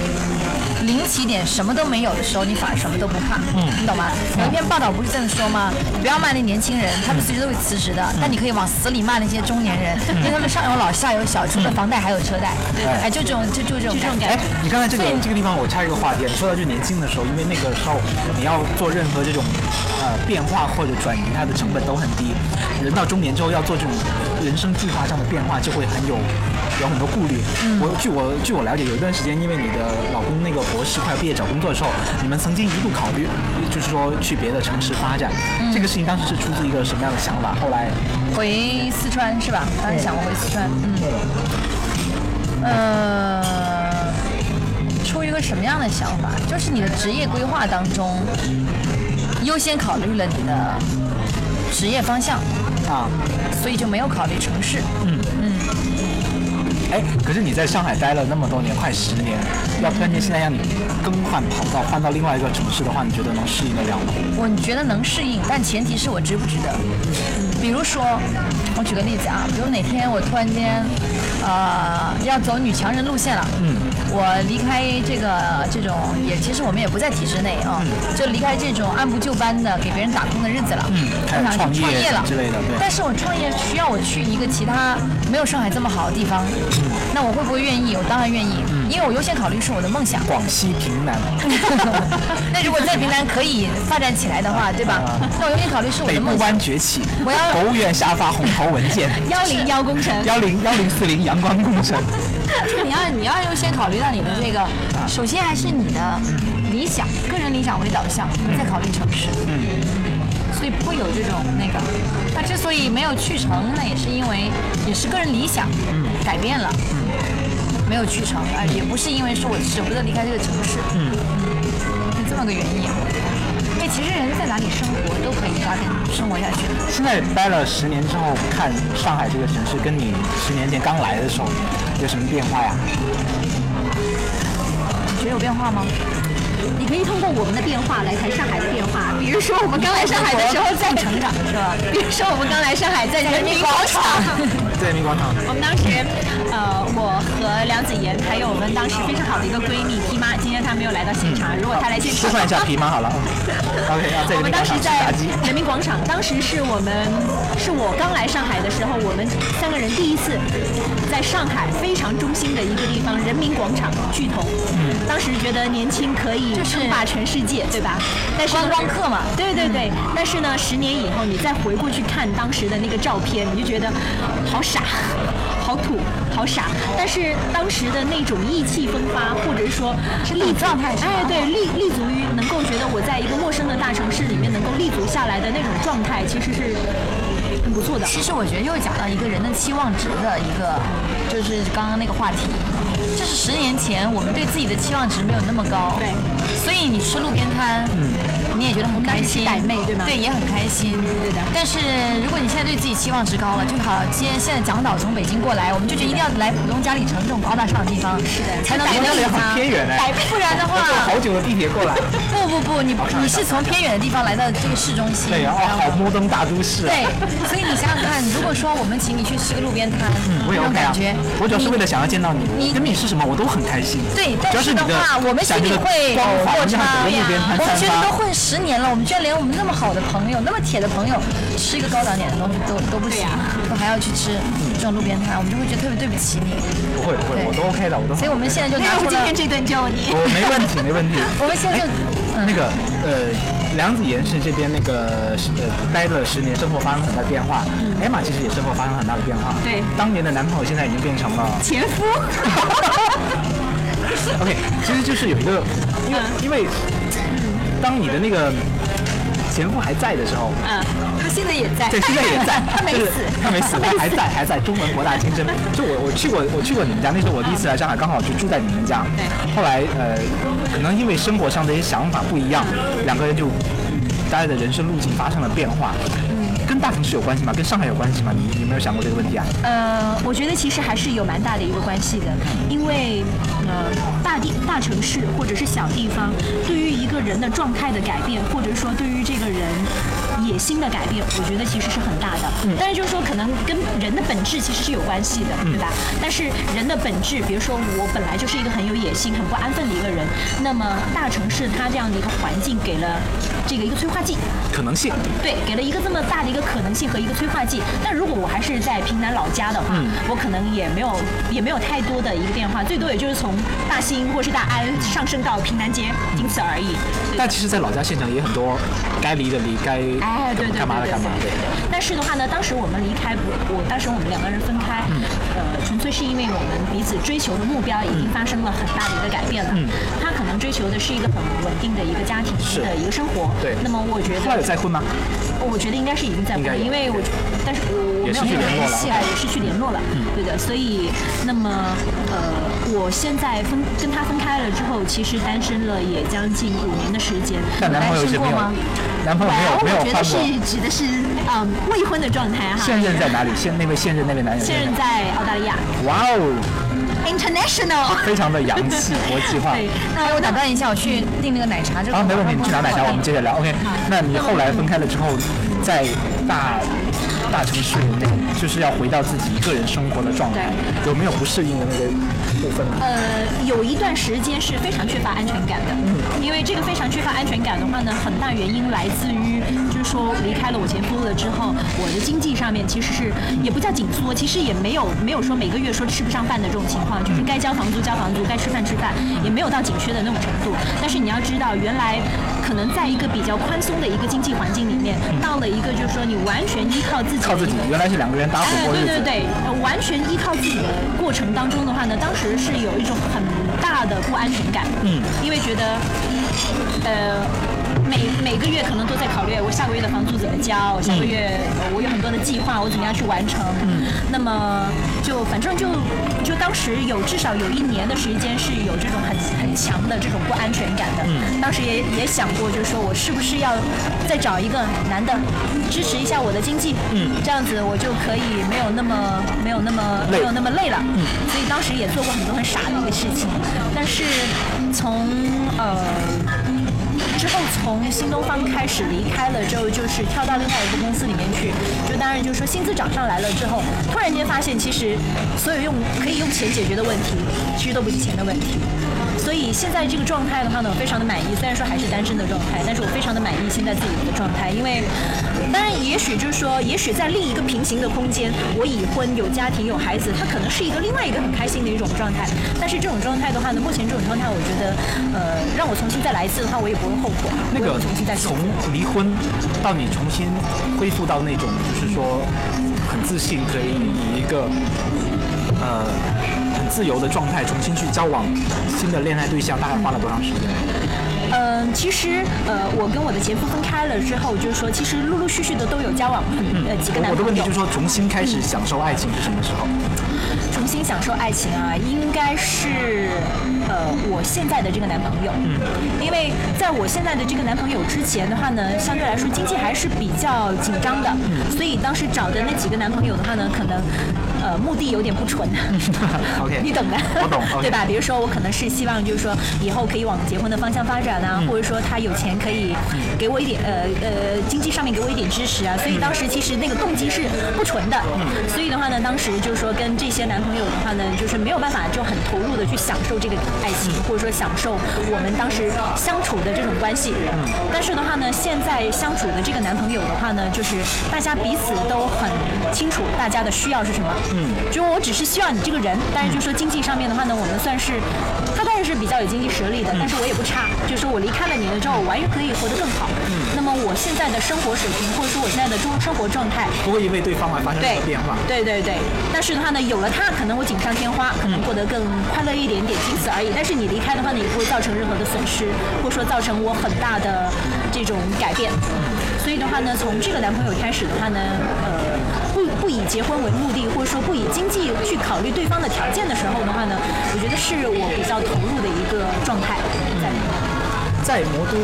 零起点什么都没有的时候，你反而什么都不怕，你懂吗？有一篇报道不是这么说吗？不要骂那年轻人，他们随时都会辞职的，但你可以往死里骂那些中年人，因为他们上有老下有小，除了房贷还有车贷，嗯哎，就这种就就这种感觉。
哎，你刚才这个这个地方，我插一个话题，啊你说到就年轻的时候，因为那个时候你要做任何这种呃变化或者转移，它的成本都很低。人到中年之后要做这种人生计划上的变化，就会很有有很多顾虑。我据我据我了解，有一段时间因为你的老公那个博士快要毕业找工作的时候，你们曾经一度考虑，就是说去别的城市发展，这个事情当时是出自一个什么样的想法？后来
回四川是吧？当时想过回四川，嗯，呃，出于一个什么样的想法？就是你的职业规划当中，优先考虑了你的职业方向，
啊，
所以就没有考虑城市。
哎，可是你在上海待了那么多年，快十年，要突然间现在让你更换跑道，换到另外一个城市的话，你觉得能适应得了吗？
我觉得能适应，但前提是我值不值得。比如说，我举个例子啊，比如哪天我突然间，呃，要走女强人路线了，嗯，我离开这个这种也，其实我们也不在体制内啊、
嗯
就离开这种按部就班的给别人打工的日子了，
嗯开始
我想去
创
创
业
业了
之类的对
但是我创业需要我去一个其他没有上海这么好的地方，
嗯
那我会不会愿意？我当然愿意，因为我优先考虑是我的梦想。
广西平南，
[LAUGHS] 那如果在云南可以发展起来的话，对吧？那我优先考虑是我的
北部
梦想。
湾崛起，
我要
国务院下发红头文件，
幺零幺工程，
幺零幺零四零阳光工程，
你要你要优先考虑到你的这个，首先还是你的理想，个人理想为导向，再考虑城市。嗯，所以不会有这种那个。那之所以没有去成，那也是因为也是个人理想改变了，没有去成，啊，也不是因为说我舍不得离开这个城市，嗯，是这么个原因。因为其实人在哪里生活都可以扎根生活下去。
现在待了十年之后，看上海这个城市跟你十年前刚来的时候有什么变化呀？
你觉得有变化吗？
你可以通过我们的变化来谈上海的变化，比如说我们刚来上海的时候 [LAUGHS] 在成长，是吧？比如说我们刚来上海在人民广场。
在人民广场，
[LAUGHS] 我们当时，呃，我和梁子妍还有我们当时非常好的一个闺蜜皮妈，今天她没有来到现场，如果她来现
示
场，
范一下皮吗？好了嗯，OK 啊，在人
我们
民
当
广
时
场吃炸
在
鸡。
人民广场，当时是我们是我刚来上海的时候，我们三个人第一次在上海非常中心的一个地方人民广场聚头。当时觉得年轻可以
就是
称霸全世界，对吧？但是呢
观光客嘛
对对对。但是呢，十年以后你再回过去看当时的那个照片，你就觉得好傻。 [LAUGHS] 好土，好傻，但是当时的那种意气风发，或者说立足
状态是吧
哎，对，立立足于能够觉得我在一个陌生的大城市里面能够立足下来的那种状态，其实是很不错的。
其实我觉得又讲到一个人的期望值的一个，就是刚刚那个话题，就是十年前我们对自己的期望值没有那么高，
对，
所以你吃路边摊，你也觉得很开心，
当时是傣妹对吗
也很开心，
对的
但是如果你现在对自己期望值高了，就好，今天现在蒋导从北京过来，我们就觉得一定要来浦东嘉里城这种高大上的地方，是
的
才能觉
我
得
们
有
很
它
偏远
啊
哎，
不然的话
我坐好久的地铁过来。
不不不，你
上
你是从偏远的地方来到这个市中心，
对，然后
你知道吗
好摩登大都市、啊。
对，所以你想想看，如果说我们请你去吃个路边摊，
嗯，我也
那种
OK 啊
感觉，。
我主要是为了想要见到你，
你
跟你是什么我都很开心。
对，
主
但
要
是
你
的话，我们心里会有
光
落
环让
差
很多路边摊
我们
散
觉得都
发。
混十年了，我们居然连我们那么好的朋友、那么铁的朋友，吃一个高档点的东西都都不行，都还要去吃这种路边摊，我们就会觉得特别对不起你。
不会不会，
对
我都 OK 的，我都。
所以我们现在就拿
那
出
我今
了，
天这顿就你
我没问题没问题。 [LAUGHS]
我们现
哎
在就
那个呃，梁子妍是这边那个是呃待了十年，生活发生了很大变化。
嗯
艾玛其实也生活发生了很大的变化。
对
当年的男朋友现在已经变成了
前 [LAUGHS] 夫，
嗯
OK，其实就是有一个，因
嗯
为因为当你的那个前夫还在的时候，
嗯，他现在也在
[LAUGHS] 对，现在也在，
[LAUGHS] 他没
就是
死，
他没死，他还在，还在。中文博大精
[LAUGHS]
深。就我，我去过，我去过你们家，那时候我第一次来上海，刚好就住在你们家。
对。
后来呃，可能因为生活上的一些想法不一样，两个人就大家的人生路径发生了变化。
嗯
跟大城市有关系吗？跟上海有关系吗？你你有没有想过这个问题啊？
呃，我觉得其实还是有蛮大的一个关系的，因为呃，大地大城市或者是小地方，对于一个人的状态的改变，或者说对于这个人野心的改变，我觉得其实是很大的。但是就是说，可能跟人的本质其实是有关系的，对吧？但是人的本质，比如说我本来就是一个很有野心、很不安分的一个人，那么大城市它这样的一个环境给了这个一个催化剂，
可能性。
对，给了一个这么大的一个可能性和一个催化剂。但如果我还是在平南老家的话，
嗯
我可能也没有也没有太多的一个变化，最多也就是从大兴或是大安上升到平南街，仅此而已。
但其实，在老家县城也很多，该离的离，该
哎，对对对
干嘛的
对
干嘛。
对对。但是的话呢，当时我们离开，我我当时我们两个人分开，
嗯
呃，纯粹是因为我们彼此追求的目标已经发生了很大的一个改变了。
嗯
他可能追求的是一个很稳定的一个家庭
是
的一个生活。
对
那么我觉
后来有
得，
再婚吗？
我觉得应该是已经在
应该
婚，
有
因为我觉，但是我我
也失去
没有
联络
跟他联
了嗯
系啊，也失去联络了。对的，所以那么呃，我现在分跟他分开了之后，其实单身了也将近五年的时间。
但男朋友是
单身
没有
过吗，
男朋友没
然后
有没有
我觉
换
得
过。
是指的是嗯未婚的状态哈。
现任在哪里？现那位现任那位男友在哪
现
里
任在澳大利亚
哇哦，
，international。
非常的洋气，国际化。
对，
哎，我打断一下，我去订那个奶茶。这个
啊，没问题，你去拿奶茶，我们接着聊。OK，那你后来分开了之后，在大大城市内，就是要回到自己一个人生活的状态，有没有不适应的那个部分呢？
呃，有一段时间是非常缺乏安全感的，因为这个非常缺乏安全感的话呢，很大原因来自于就是说离开了我前夫了之后，我的经济上面其实是也不叫紧缩，其实也没有没有说每个月说吃不上饭的这种情况，就是该交房租交房租，该吃饭吃饭，也没有到紧缺的那种程度。但是你要知道，原来可能在一个比较宽松的一个经济环境里面，到了一个就是说你完全依靠自己的
靠
一
自
个
己，原来是两个人搭伙
哎，
过
对
日
对
子，
对，呃完全依靠自己的过程当中的话呢，当时是有一种很大的不安全感，
嗯，
因为觉得，呃。每每个月可能都在考虑我下个月的房租怎么交，下个月呃我有很多的计划，我怎么样去完成。嗯，那么就反正就就当时有至少有一年的时间是有这种很很强的这种不安全感的。嗯，当时也也想过，就是说我是不是要再找一个男的支持一下我的经济，嗯，这样子我就可以没有那么没有那么
累
没有那么累了。嗯，所以当时也做过很多很傻的一个事情，但是从呃。之后从新东方开始离开了之后，就是跳到另外一个公司里面去，就当然就是说薪资涨上来了之后，突然间发现其实所有用可以用钱解决的问题，其实都不是钱的问题。所以现在这个状态的话呢，我非常的满意。虽然说还是单身的状态，但是我非常的满意现在自己的状态，因为呃当然也许就是说，也许在另一个平行的空间，我已婚有家庭有孩子，他可能是一个另外一个很开心的一种状态。但是这种状态的话呢，目前这种状态，我觉得呃，让我重新再来一次的话，我也不会后悔。
那
我也
个
会重新再做
从离婚到你重新恢复到那种，就是说很自信，可以以一个呃很自由的状态重新去交往新的恋爱对象，大概花了多长时间？
嗯，其实呃，我跟我的前夫分开了之后，就是说，其实陆陆续续的都有交往很呃几个
我
男
我的问
朋
题
友
就是，说，重新开始享受爱情是什么时候？
重新享受爱情啊，应该是呃我现在的这个男朋友，嗯，因为在我现在的这个男朋友之前的话呢，相对来说经济还是比较紧张的，嗯，所以当时找的那几个男朋友的话呢，可能呃目的有点不纯。
[LAUGHS] OK
你懂的，
我懂 OK
[LAUGHS] 对吧？比如说，我可能是希望就是说，以后可以往结婚的方向发展
嗯
啊，或者说他有钱可以给我一点呃呃经济上面给我一点支持啊。
嗯
所以当时其实那个动机是不纯的，所以的话呢，当时就是说跟这些男朋友的话呢，就是没有办法就很投入的去享受这个爱情，或者说享受我们当时相处的这种关系。但是的话呢，现在相处的这个男朋友的话呢，就是大家彼此都很清楚大家的需要是什么。嗯，就我只是需要你这个人，但是就说经济上面的话呢，我们算是他当然是比较有经济实力的，但是我也不差。就是说我离开了你了之后，我完全可以活得更好。嗯，那么我现在的生活水平，或者说我现在的中生活状态，
不会因为对方而发生什
对
么变化。
对对对，但是的话呢，有了他，可能我锦上添花，可能过得更快乐一点点，仅此而已。但是你离开的话呢，也不会造成任何的损失，或者说造成我很大的这种改变。所以的话呢，从这个男朋友开始的话呢，呃，不不以结婚为目的，或者说不以经济去考虑对方的条件的时候的话呢，我觉得是我比较投入的一个状态在里面。
在魔都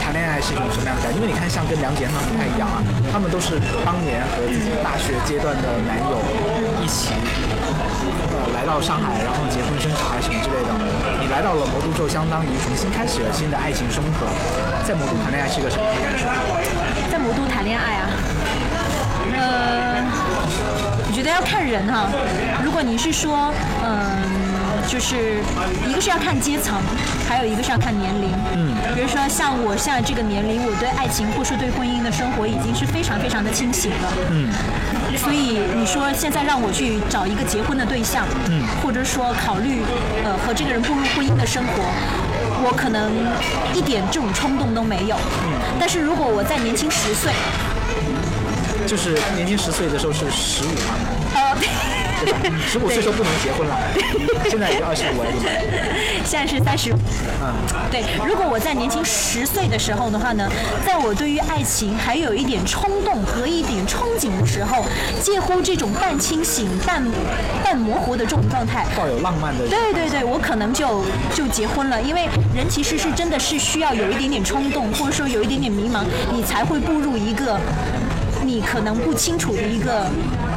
谈恋爱是一种什么样的感觉？因为你看，像跟梁洁他们不太一样啊，他们都是当年和自己大学阶段的男友一起，呃，来到上海，然后结婚生小孩什么之类的。你来到了魔都之后，相当于重新开始了新的爱情生活。在魔都谈恋爱是一个什么样的感受？
在魔都谈恋爱啊？呃，我觉得要看人哈、如果你是说，嗯、就是一个是要看阶层，还有一个是要看年龄。嗯，比如说像我现在这个年龄，我对爱情或是对婚姻的生活已经是非常非常的清醒了。嗯，所以你说现在让我去找一个结婚的对象，嗯，或者说考虑呃和这个人步入婚姻的生活，我可能一点这种冲动都没有。但是如果我再年轻十岁，
就是年轻十岁的时候是十五嘛，
呃，
对吧？十五岁时候不能结婚了，现在已经二十五了，对吧？
[LAUGHS] 现在是三十五。
嗯，
对，如果我在年轻十岁的时候的话呢，在我对于爱情还有一点冲动和一点憧憬的时候，介乎这种半清醒、半半模糊的这种状态。
抱有浪漫的
对对对，我可能就就结婚了，因为人其实是真的是需要有一点点冲动，或者说有一点点迷茫，你才会步入一个你可能不清楚的一个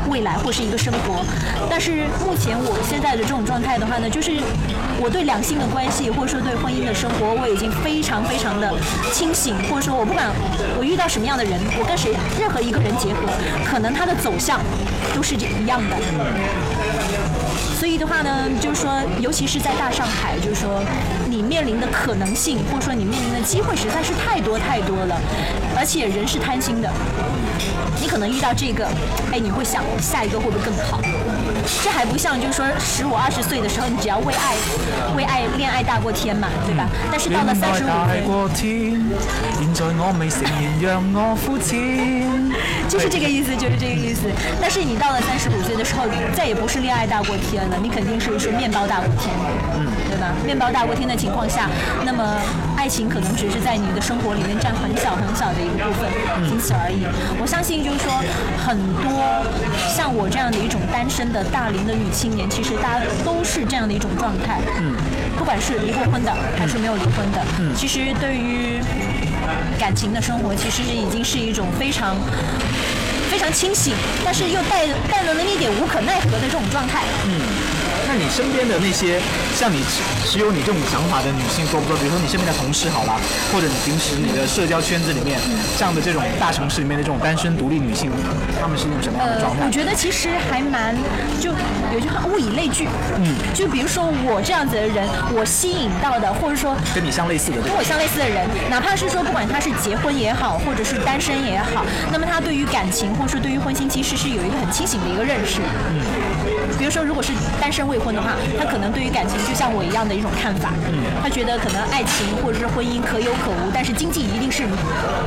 未来或是一个生活。但是目前我现在的这种状态的话呢，就是我对两性的关系，或者说对婚姻的生活，我已经非常非常的清醒，或者说我不管我遇到什么样的人，我跟谁任何一个人结合，可能他的走向都是这一样的。所以的话呢，就是说，尤其是在大上海，就是说，你面临的可能性，或者说你面临的机会，实在是太多太多了。而且人是贪心的，你可能遇到这个，哎，你会想下一个会不会更好？这还不像就是说十五二十岁的时候，你只要为爱为爱恋爱大过天嘛，对吧？但是到了三十五岁， [LAUGHS] 就是这个意思，就是这个意思。但是你到了三十五岁的时候，再也不是恋爱大过天了，你肯定是说面包大过天，嗯，对吧？面包大过天的情况下，那么爱情可能只是在你的生活里面占很小很小的一个部分，仅此而已。我相信就是说，很多像我这样的一种单身的大龄的女青年，其实大家都是这样的一种状态，嗯，不管是离过婚的还是没有离婚的，嗯，其实对于感情的生活，其实已经是一种非常非常清醒，但是又带带了那么一点无可奈何的这种状态。
[LAUGHS] 那你身边的那些像你只只有你这种想法的女性多不多？比如说你身边的同事好啦，或者你平时你的社交圈子里面这样的这种大城市里面的这种单身独立女性，她们是一种什么样的状态？
嗯我觉得其实还蛮，就有句话物以类聚，嗯，就比如说我这样子的人，我吸引到的，或者说
跟你相类似的这
跟
种
我相类似的人，哪怕是说不管他是结婚也好，或者是单身也好，那么他对于感情或者说对于婚姻其实是有一个很清醒的一个认识。嗯。比如说，如果是单身未婚的话，他可能对于感情就像我一样的一种看法。嗯。他觉得可能爱情或者是婚姻可有可无，但是经济一定是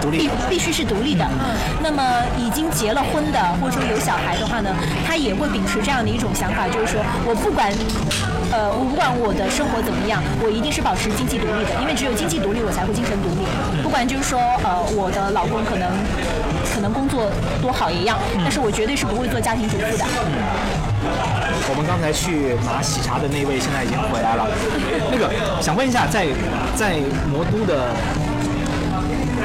独立的嗯
必必须是独立的。那么已经结了婚的，或者说有小孩的话呢，他也会秉持这样的一种想法，就是说我不管，呃，我不管我的生活怎么样，我一定是保持经济独立的，因为只有经济独立，我才会精神独立。
嗯
不管就是说，呃，我的老公可能可能工作多好一样，
嗯
但是我绝对是不会做家庭主妇的。
我们刚才去拿喜茶的那位现在已经回来了。那个想问一下，在在魔都的，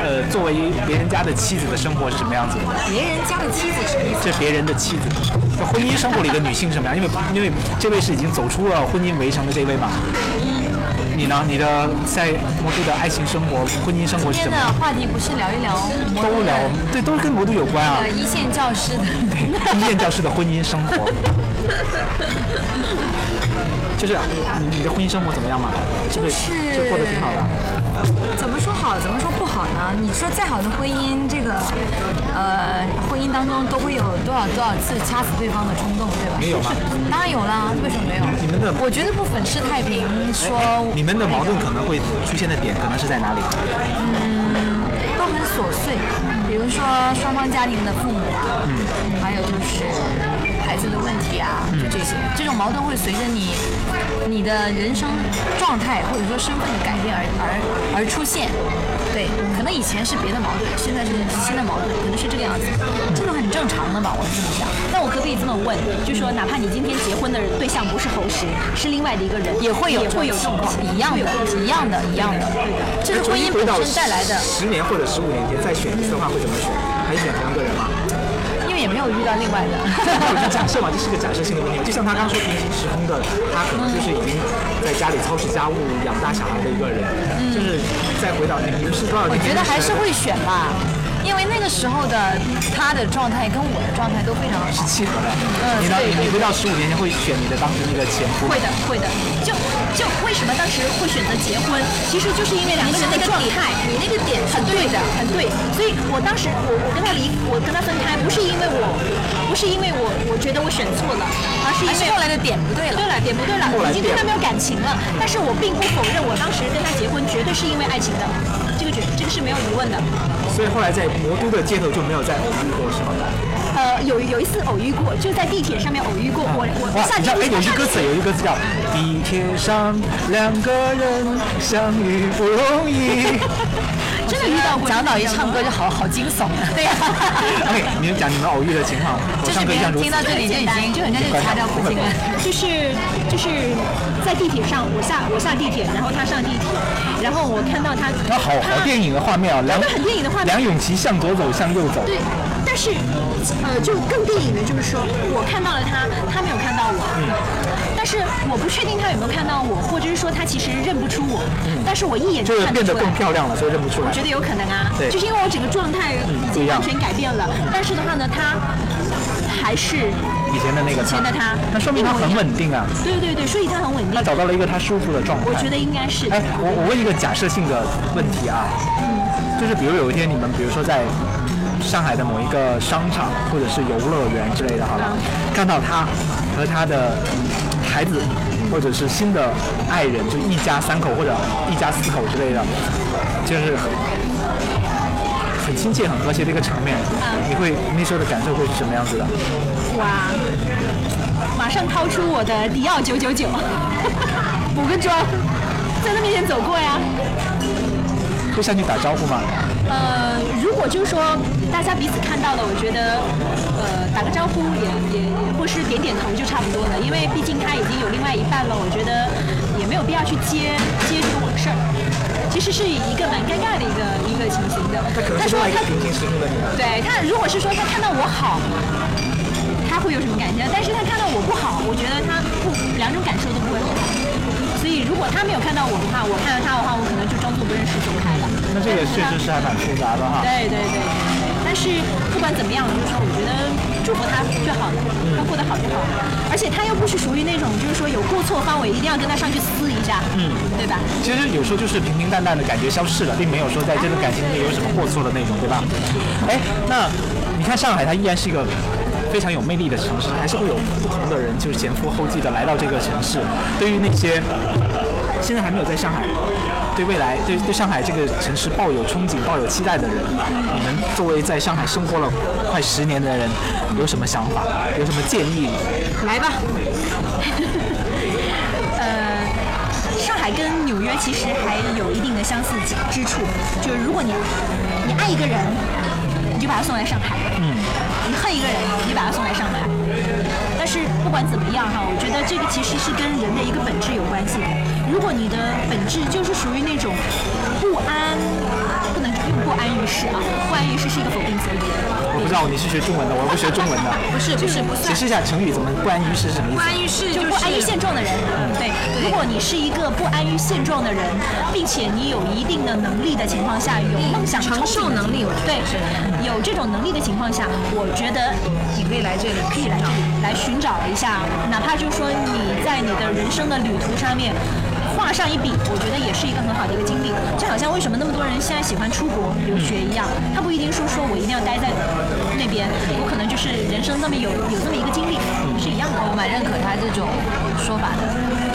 呃，作为别人家的妻子的生活是什么样子的？
别人家的妻子什么意思？
这别人的妻子，那婚姻生活里的女性是什么样？因为因为这位是已经走出了婚姻围城的这位嘛。你呢？你的在魔都的爱情生活、婚姻生活是
今
什
天
么
的？话题不是聊一聊魔
都
都
聊，对，都是跟魔都有关啊
呃。一线教师的，
[LAUGHS] 婚恋教师的婚姻生活，就是啊你你的婚姻生活怎么样嘛？是
就
不是
是
就过得挺好的？
怎么说好，怎么说不好呢？你说再好的婚姻，这个呃，婚姻当中都会有多少多少次掐死对方的冲动，对吧？
你有吗？
当然有啦，为什么没有？
你们的
我觉得不粉饰太平，说
你们的矛盾可能会出现的点可能是在哪里？
都很琐碎，比如说双方家庭的父母啊，还有就是孩子的问题啊，就这些，这种矛盾会随着你你的人生状态或者说身份的改变而而而出现。对，可能以前是别的矛盾，现在是新的矛盾，可能是这个样子，这个很正常的吧，我是这么想。
那我可不可以这么问？就说哪怕你今天结婚的对象不是侯石，是另外的一个人，
也会有
也会有这种情况
一样的
会有这种，
一
情
样的，一样的，这是婚姻本身带来的。
十年或者十五年前再选一次的话，会怎么选？还是选同一个人吗？
因为也没有遇到另外的。
那我 [LAUGHS] 就假设嘛，这是个假设性的问题。就像他刚说平行时空的，他可能就是已经在家里操持家务、养大小孩的一个人，就是再回到你们是多少年？
我觉得还是会选吧，
因为那个时候的他的状态跟我的状态都非常好。
契合的。
嗯
你呢？
对对
你回到十五年前会选你的当时那个前夫吗？
会的，会的。就就为什么当时会选择结婚，其实就是因为两个人的状态，你那个点很对的，很对。所以我当时我我跟他离，我跟他分开，不是因为我，不是因为我我觉得我选错了，而是
而
因为
是后来的点不对了
对。了，点不对了
后，来
已经对
变
他
了
没有感情了。但是我并不否认，我当时跟他结婚绝对是因为爱情的，这个绝这个是没有疑问的。
所以后来在魔都的街头就没有再偶遇过，是吗？
呃，有有一次偶遇过，就在地铁上面偶遇过。我我
哇，
下
你知道哎，
地铁
有一句歌词，有一句歌词叫“地铁上两个人相遇不容易。
真的遇到过。
蒋导一唱歌就好好惊悚啊！对呀、”
OK，你们讲你们偶遇的情况，我
就是
上课
别
印
人
象如此
听。到这里就已经，就人家就掐掉不进来。
就是就是在地铁上，我下我下地铁，然后他上地铁，然后我看到他，
那好好电影的画面啊，梁
嗯那很电影的画面
梁咏琪向左走，向右走，
对，但是呃，就更电影的就是说，我看到了他，他没有看到我，但是我不确定他有没有看到我，或者是说他其实认不出我，但是我一眼
嗯就
就是看得
变得
出来
更。漂亮了，所以认不出来
我。觉得有可能啊
对，
就是因为我整个状态已
不一
经
样
完全改变了，但是的话呢，他还是
以前的那个
以前的他
那说明他很稳定啊，
对对对，所以他很稳定
他，找到了一个他舒服的状态。
我觉得应该是。
哎，我我问一个假设性的问题啊，就是比如有一天你们，比如说在上海的某一个商场或者是游乐园之类的，好了，看到他和他的孩子或者是新的爱人，就一家三口或者一家四口之类的，就是很很亲切、很和谐的一个场面，
嗯
你会那时候的感受会是什么样子的？
哇！马上掏出我的迪奥九九九， [LAUGHS] 补个妆，在他面前走过呀。
会上去打招呼吗？
呃，如果就是说大家彼此看到了，我觉得呃打个招呼也也也或是点点头就差不多了，因为毕竟他已经有另外一半了，我觉得也没有必要去接接这个往事儿。其实是一个蛮尴尬的一个一个情形的。他说他
行时空的你啊。
对他，如果是说他看到我好，他会有什么感觉？但是他看到我不好，我觉得他不两种感受都不会很好。所以如果他没有看到我的话，我看到他的话，我可能就装作不认识走开了。
那这个确
但
实
是
是还蛮复杂的哈
他。。对对对对对，但是不管怎么样，就是说，我觉得祝福他就好了，他过得好就好了。而且他又不是属于那种就是说有过错方，我一定要跟他上去撕一下，嗯，对吧？
其实有时候就是平平淡淡的感觉消逝了，并没有说在这段感情里有什么过错的那种，对吧？哎，那你看上海，它依然是一个非常有魅力的城市，还是会有不同的人就是前赴后继的来到这个城市。对于那些现在还没有在上海，对未来对对上海这个城市抱有憧憬、抱有期待的人，你们作为在上海生活了快十年的人，有什么想法？有什么建议？
来吧。 [LAUGHS] 呃，上海跟纽约其实还有一定的相似之处，就是如果你你爱一个人，你就把他送来上海；嗯，你恨一个人，你就把他送来上海。但是不管怎么样哈，我觉得这个其实是跟人的一个本质有关系的。如果你的本质就是属于那种不安，不能用不安于世啊，不安于世是一个否定词。
我不知道你是学中文的，我不学中文的，
不是不是不是
解，释一下成语怎么不安于世是什么意思？
关于是嗯
就
就是
不安于现状的人。对，如果你是一个不安于现状的人，并且你有一定的能力的情况下，有梦想
嗯承
憧憬
受
的
能力我觉得
对，有这种能力的情况下，我觉得
你可以来这里
可以来这里来寻找一下，哪怕就说你在你的人生的旅途上面。画上一笔，我觉得也是一个很好的一个经历。就好像为什么那么多人现在喜欢出国留学一样，他不一定说说我一定要待在那边，我可能就是人生那么有有这么一个经历是 [LAUGHS] 一样的。
我蛮认可他这种说法的，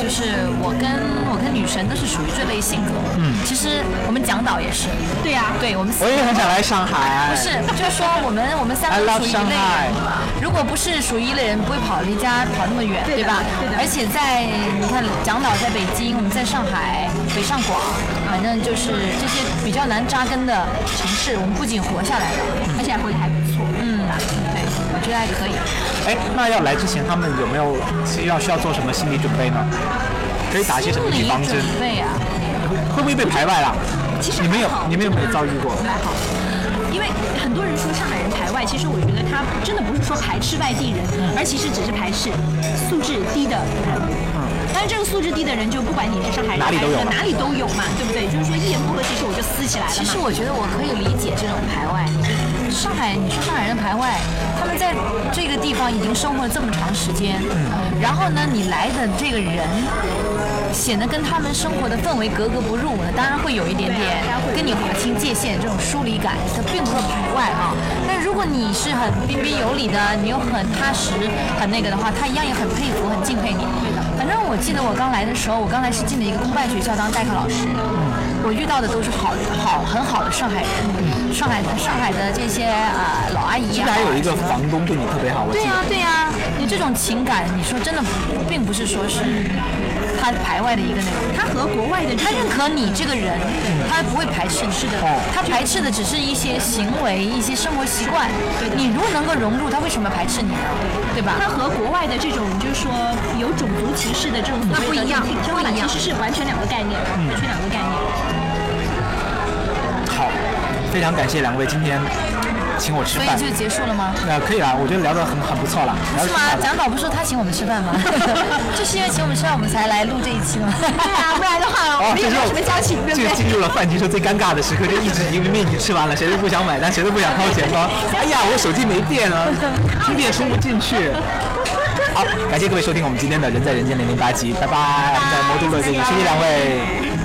就是我跟我跟女神都是属于这类性格。嗯，其实我们蒋导也是，
对啊呀、
对我们四
我也很想来上海。
不是，就是说我们我们三
I
个
love
属于一
上
类
海
人，如果不是属于一类人，不会跑离家跑那么远，
对的
对吧？
对的
而且在你看，蒋导在北京，我们在上海、北上广，反正就是这些比较难扎根的城市，我们不仅活下来了，
而且还会还不错，嗯，对，
我觉得还可以。
哎，那要来之前，他们有没有需要需要做什么心理准备呢？可以打些什么预
理
防针
准？备啊，
会不会被排外啦？
其实
你们有
还好
你们有没有遭遇过？
还好。因为很多人说上海人排外，其实我觉得他真的不是说排斥外地人，而其实只是排斥素质低的人。嗯，但是这个素质低的人，就不管你脸上还是
哪里都有
白的
嘛
哪里都有嘛，对不对？就是说一言不合，其实我就撕起来了
哎
其
嘛。
实我觉得我可以理解这种排外。上海，你说上海人排外，他们在这个地方已经生活了这么长时间，
呃
然后呢，你来的这个人显得跟他们生活的氛围格格不入呢，啊当然会有一点点跟你划清界限这种疏离感，它并不是排外啊。但如果你是很彬彬有礼的，你又很踏实、很那个的话，他一样也很佩服、很敬佩你。反正我记得我刚来的时候，我刚来是进了一个公办学校当代课老师，我遇到的都是好好很好的上海人，上海的上海的这些啊、老阿姨
现
啊
在还有一个房东对你特别好，我记
对呀、
得。
对呀、啊你这种情感，你说真的，并不是说是他排外的一个那个，
他和国外的这
他
种
认可你这个人，他不会排斥你。是的
哦
他排斥的只是一些行为、一些生活习惯。你如果能够融入，他为什么排斥你呢？对吧？
它和国外的这种就是说有种族歧视的这种所谓的
那不一样
这种天花板
不一样
其实是完全两个概念，完全两个概念。
好，非常感谢两位今天请我吃
所以
饭。
就结束了吗？
呃，可以啊，我觉得聊得很很不错了。聊
是吗
得挺好？的
蒋导不是说他请我们吃饭
[LAUGHS]
吗？就是因为请我们吃饭，我们才来录这一期吗？
对啊，不然的话
哦，
我们
这
也
是
没有什么交情，对不
这
对？
进入了饭局时候最尴尬的时刻，就一直明明已经吃完了，谁都不想买单，谁都不想掏钱
[LAUGHS]
包。哎呀，我手机没电了，充电充不进去。好，感谢各位收听我们今天的《人在人间》零零八集，拜拜。我们在魔都乐见，谢谢两位。